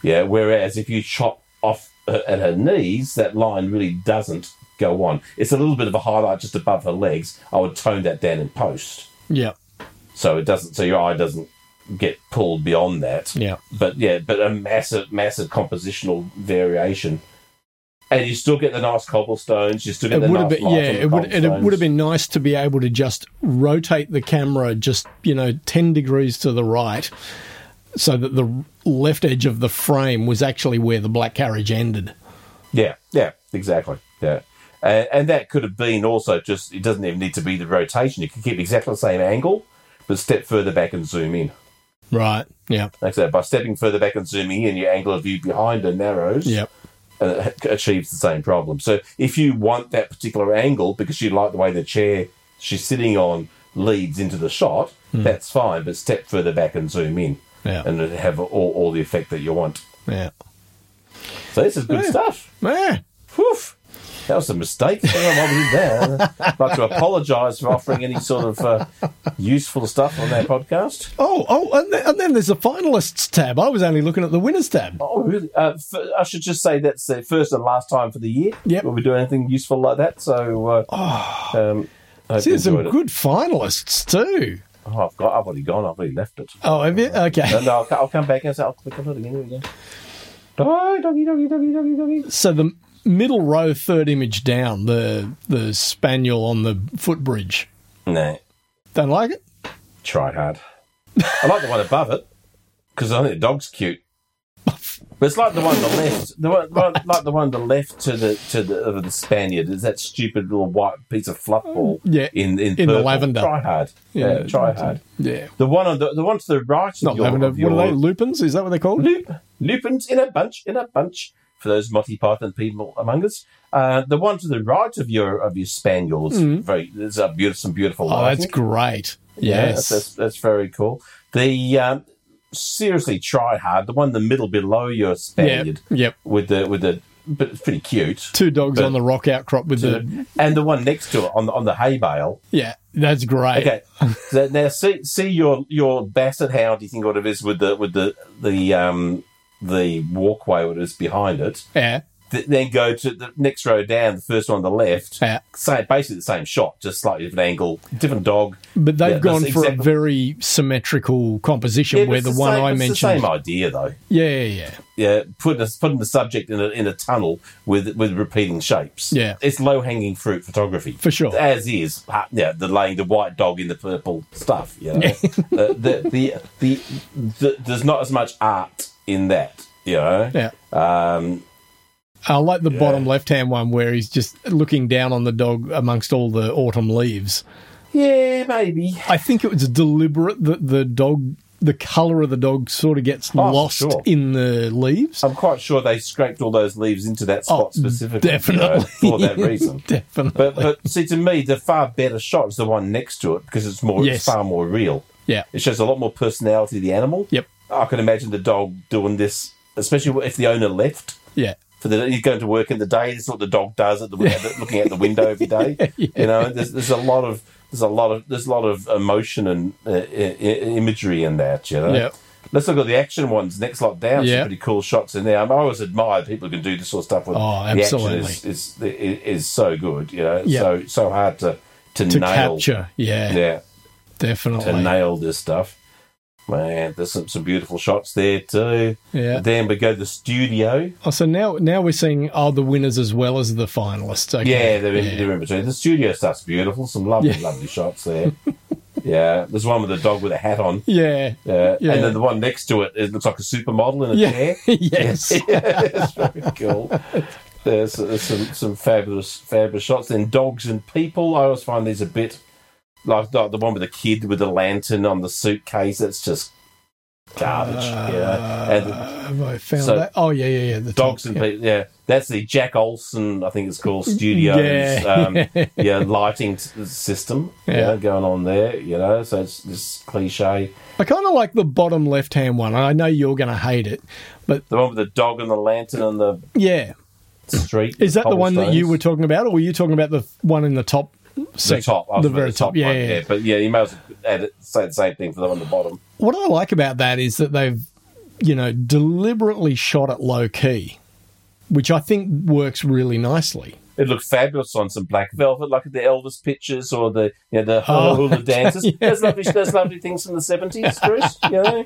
Yeah, whereas if you chop off her, at her knees, that line really doesn't go on. It's a little bit of a highlight just above her legs. I would tone that down in post,
yeah,
so it doesn't, so your eye doesn't get pulled beyond that.
Yeah.
But yeah, but a massive, massive compositional variation, and you still get the nice cobblestones. You still get
it
the
would have
nice
been
light
yeah
on the
it would it
cobblestones.
would have been nice to be able to just rotate the camera just you know 10 degrees to the right so that the left edge of the frame was actually where the black carriage ended
Yeah, yeah, exactly. Yeah. And, and that could have been also just, it doesn't even need to be the rotation. You can keep exactly the same angle, but step further back and zoom in.
right yeah
Like I said, by stepping further back and zooming in, your angle of view behind her narrows
yeah
and it ha- *laughs* achieves the same problem. So if you want that particular angle because you like the way the chair she's sitting on leads into the shot, that's fine, but step further back and zoom in
Hmm. Yeah.
and it'll have all, all the effect that you want.
yeah
So this is good stuff.
yeah
Whew. That was a mistake. I don't know why we did that. I'd like to apologise for offering any sort of uh, useful stuff on our podcast.
oh oh and then, and then there's the finalists tab i was only looking at the winners tab
Oh, really? Uh, f- I should just say that's the first and last time for the year.
Yep.
We'll be doing anything useful like that. So, uh, um, I hope
see
you
there's some
enjoyed it.
good finalists too
Oh, I've got. I've already gone. I've already *laughs* left it.
oh have you
No,
okay
no, I'll, co- I'll come back and say I'll click on it again. Here we go. Doggy, doggy, doggy, doggy, doggy, doggy.
so the middle row, third image down, the the spaniel on the footbridge.
Nah,
Don't like it.
try hard. I like the one above it because I think the dog's cute. But it's like the one on the left, the one, like- like the one on the left to the to the, of the Spaniard. Is that stupid little white piece of fluff ball?
Mm, yeah,
in in,
in the
purple.
lavender.
Try hard. Yeah,
Yeah,
try hard.
Yeah,
The one on the the one to the right. of
not
your-
lavender.
of your-
What are they? Lupins? Is that what they're called?
Loop, lupins in a bunch, in a bunch. For those Monty Python people among us, uh, the one to the right of your of your spaniels, very there's a beautiful, some beautiful.
Mm. Oh,
lighting.
that's great.
Yeah,
Yes.
that's, that's very cool. The um, seriously try hard. The one in the middle below your
yeah.
Spaniard
Yep.
with the with the, but it's pretty cute.
Two dogs
But-
on the rock outcrop with the.
And the one next to it on the, on the hay bale.
Yeah, that's great.
Okay, so now see see your your basset hound. You think what it is with the with the the um the walkway what is behind it.
Yeah.
Th- then go to the next row down, the first one on the left.
Yeah.
Same, basically the same shot, just slightly different angle, different dog.
But they've
Yeah, that's
gone for a
exactly-
very symmetrical composition
Yeah, but
where
it's
the, one
same,
I
it's the
mentioned.
same idea though.
Yeah, yeah, yeah.
yeah, putting a, putting the subject in a, in a tunnel with with repeating shapes.
Yeah.
it's low hanging fruit photography
For sure.
As is, ha- yeah, the laying the white dog in the purple stuff. You know, *laughs* Uh, the, the, the the there's not as much art in that. You know,
Yeah.
um,
I like the bottom left hand one where he's just looking down on the dog amongst all the autumn leaves.
yeah, maybe.
I think it was deliberate that the dog, the colour of the dog sort of gets
for
lost
Oh, sure.
in the leaves.
I'm quite sure they scraped all those leaves into that spot
Oh,
specifically you know,
definitely. *laughs*
for that reason.
Definitely.
But but see, to me, the far better shot is the one next to it because it's more
Yes.
it's far more real.
yeah.
It shows a lot more personality to the animal.
Yep.
I can imagine the dog doing this, especially if the owner left
Yeah.
for the he's going to work in the day. That's what the dog does at
*laughs*
the window, looking out the window every day. You know, there's, there's a lot of there's a lot of there's a lot of emotion and uh, i- i- imagery in that. You know.
Yeah.
Let's look at the action ones next lot down.
Yeah.
Some pretty cool shots in there. I, mean, I always admire people who can do this sort of stuff with
Oh,
the
absolutely.
action is, is is is so good. You know,
Yeah.
so so hard to to,
To
nail.
capture. Yeah.
Yeah
Definitely.
to nail this stuff. Man, there's some, some beautiful shots there too.
Yeah.
Then we go to the studio.
Oh, so now now we're seeing are the winners as well as the finalists. Okay.
Yeah, they're in, they're in between. The studio stuff's beautiful. Some lovely,
Yeah.
lovely shots there. *laughs* yeah, there's one with a dog with a hat on.
yeah.
Yeah.
Yeah.
Uh, And then the one next to it, it looks like a supermodel in a
Yeah.
chair.
*laughs*
*laughs*
yes.
it's very cool. There's, there's some, some fabulous fabulous shots. Then dogs and people. I always find these a bit like, like the one with the kid with the lantern on the suitcase. That's just garbage.
Ah,
yeah, and the
Have I found
So-
that? Oh yeah, yeah, yeah. The
dogs
top,
and
yeah.
people. Yeah, that's the Jack Olson. I think it's called Studios.
Yeah. *laughs*
Um, yeah, lighting s- system.
Yeah.
Yeah, going on there. You know, so it's this cliche.
I kind of like the bottom left hand one. and I know you're going to hate it, but
The one with the dog and the lantern on the
yeah,
street.
is that the one that you
cobblestones.
were talking about, or were you talking about the one in the top?
the
sec-
top, I was
the
about
very top. Yeah,
one,
yeah, yeah.
But yeah, you may as well add it, say the same thing for the one on the bottom.
What I like about that is that they've, you know, deliberately shot it low key, which I think works really nicely.
It looked fabulous on some black velvet, like the Elvis pictures or the you know, the hula
Oh, *laughs*
hula dances. There's lovely, there's lovely things from the seventies, Bruce. You know,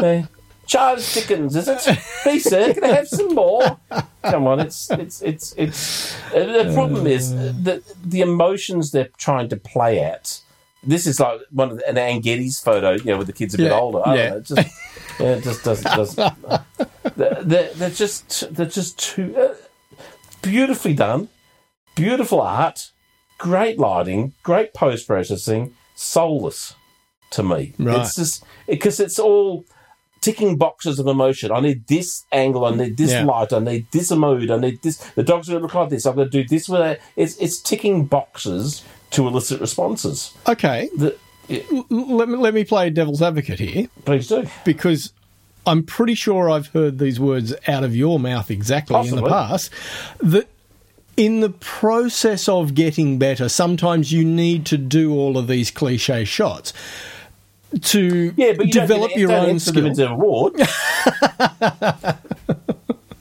They- Charles Dickens, is it? Please, sir, can I have some more? Come on, it's it's it's it's. uh, The problem is that the emotions they're trying to play at. This is like one of the, an Anne Geddes photo, you know, with the kids a bit
Yeah,
older. I
yeah.
don't know. It just, yeah, it just doesn't. doesn't
*laughs*
they're, they're, they're just they're just too uh, beautifully done, beautiful art, great lighting, great post processing, soulless to me.
Right.
It's just because it's all ticking boxes of emotion. I need this angle. I need this
Yeah.
light. I need this mode. I need this. The dog's going to look like this. I'm going to do this with it. It's it's ticking boxes to elicit responses.
Okay,
The, yeah,
l- let me let me play devil's advocate here
please do.
because I'm pretty sure I've heard these words out of your mouth exactly in the
Possibly.
past. That in the process of getting better, sometimes you need to do all of these cliche shots to
Yeah, but you don't
develop
get-
your
don't
own
enter
skill.
them into an award.
*laughs*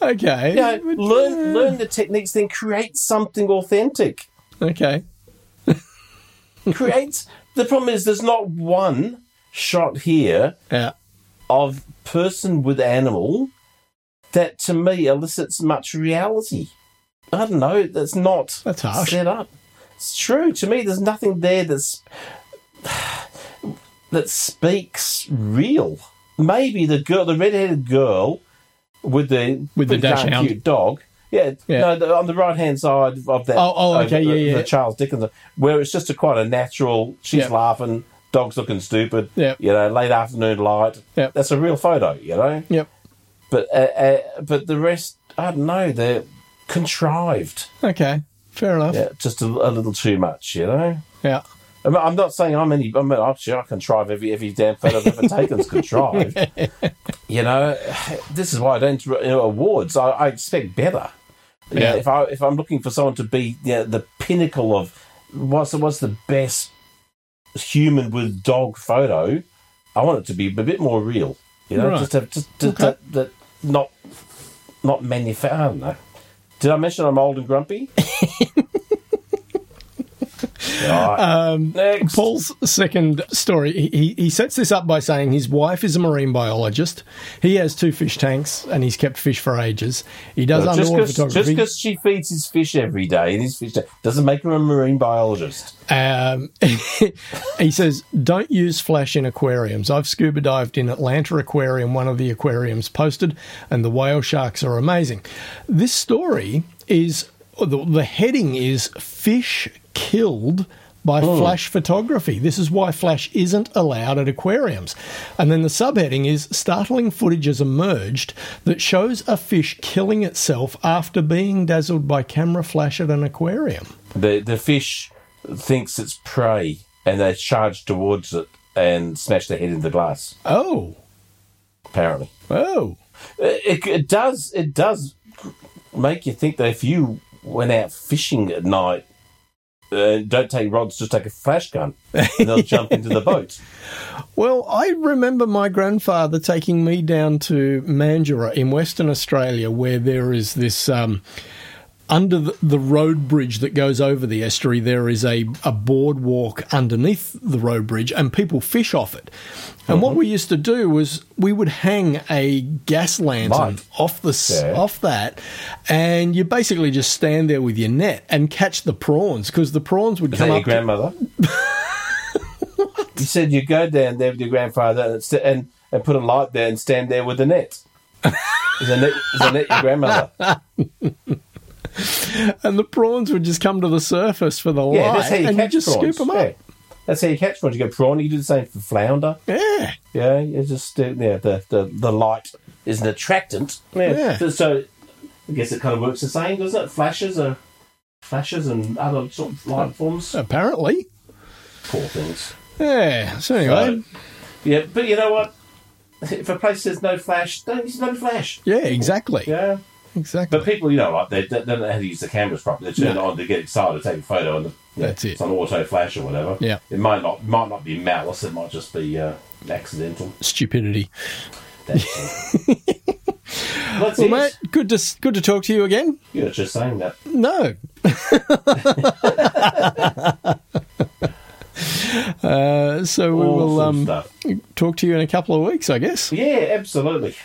okay,
you know, learn learn the techniques, then create something authentic.
okay,
Create. the problem is there's not one shot here
yeah,
of person with animal that to me elicits much reality. I don't know. That's not
That's harsh.
set up. It's true to me. There's nothing there that's that speaks real. Maybe the girl, the red-headed girl with the
With the
big darn
dashhound.
cute dog. Yeah,
Yeah.
No, the, on the right-hand side of that.
Oh, oh,
of
okay,
the-
yeah, yeah.
The Charles Dickens, where it's just a quite a natural. She's
Yeah.
laughing. Dog's looking stupid.
Yeah.
You know, late afternoon light.
Yeah.
That's a real photo. You know
Yep.
but uh, uh, but the rest, I don't know. They're contrived,
Okay. Fair enough. Yeah.
yeah, just a, a little too much, you know. I mean, I'm not saying I'm any. I mean, actually, I contrive every every damn photo I've ever taken's contrived.
*laughs*
You know, this is why I don't you know, awards. I, I expect better. You know,
Yeah.
if I if I'm looking for someone to be you know, the pinnacle of what's what's the best human with dog photo, I want it to be a bit more real. You know,
Right.
just have just, just
Okay.
that, that not not manufactured. I don't know. Did I mention I'm old and grumpy? Um, Next.
Paul's second story. He, he he sets this up by saying his wife is a marine biologist. He has two fish tanks and he's kept fish for ages. He does
Well,
underwater
just
photography.
because she feeds his fish every day and his fish tank doesn't make her a marine biologist.
Um, *laughs* he says, don't use flash in aquariums. I've scuba dived in Atlanta Aquarium, one of the aquariums posted, and the whale sharks are amazing. This story is the, the heading is Fish Killed by Flash Photography. This is why flash isn't allowed at aquariums. And then the subheading is Startling footage has emerged that shows a fish killing itself after being dazzled by camera flash at an aquarium.
The the fish thinks it's prey and they charge towards it and smash their head in the glass.
Oh,
Apparently,
oh.
it, it does it does make you think that if you went out fishing at night. Uh, don't take rods, just take a flash gun. And they'll jump into the boat.
Well, I remember my grandfather taking me down to Mandurah in Western Australia, where there is this. Um, under the, the road bridge that goes over the estuary, there is a, a boardwalk underneath the road bridge, and people fish off it. And
Mm-hmm.
what we used to do was we would hang a gas lantern
Light.
off the s
Yeah.
off that, and you basically just stand there with your net and catch the prawns because the prawns would
Is
come
that your
up. to-
grandmother? *laughs* you said you go down there with your grandfather and, st- and, and put a light there and stand there with the net. Is the net, is the net your grandmother?
*laughs* and the prawns would just come to the surface for the
Yeah,
light,
that's how you
and you
catch
just
prawns.
scoop them up.
Yeah. That's how you catch prawns. You go prawn. You do the same for flounder.
Yeah.
Yeah, you just do- yeah. The, the the light is an attractant.
Yeah.
So, so I guess it kind of works the same, doesn't it? Flashes are flashes and other sort of light forms.
apparently.
Poor things.
Yeah. So anyway,
Yeah, but you know what? If a place says no flash, don't use no flash.
yeah, exactly,
Yeah.
exactly.
But people, you know, like they, they don't know how to use the cameras properly. They turn it on to get excited, take a photo, and you know,
That's it.
It's on auto flash or whatever.
Yeah.
It might not might not be malice. It might just be uh, accidental.
Stupidity.
That's all.
*laughs*
That's
Well,
it.
mate, good to s- good to talk to you again.
You're just saying that.
No. *laughs* uh, so we
Awful
will um,
stuff.
talk to you in a couple of weeks, I guess.
Yeah, absolutely.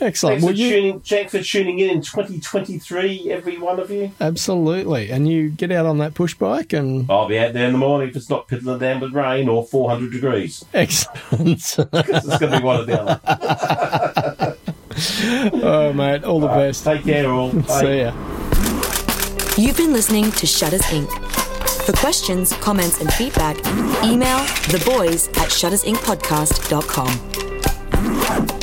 Excellent.
Thanks
Will
for,
you?
tuning, thanks for tuning in in 2023, every one of you.
Absolutely. And you get out on that push bike and *laughs*
I'll be out there in the morning if it's not piddling down with rain or 400 degrees. *laughs*
excellent.
'Cause it's going to be one or the other.
oh, mate, all the best.
Take
*laughs*
care, all. Bye.
See ya.
You've been listening to Shutters Inc. For questions, comments, and feedback, email the boys at shuttersincpodcast.com.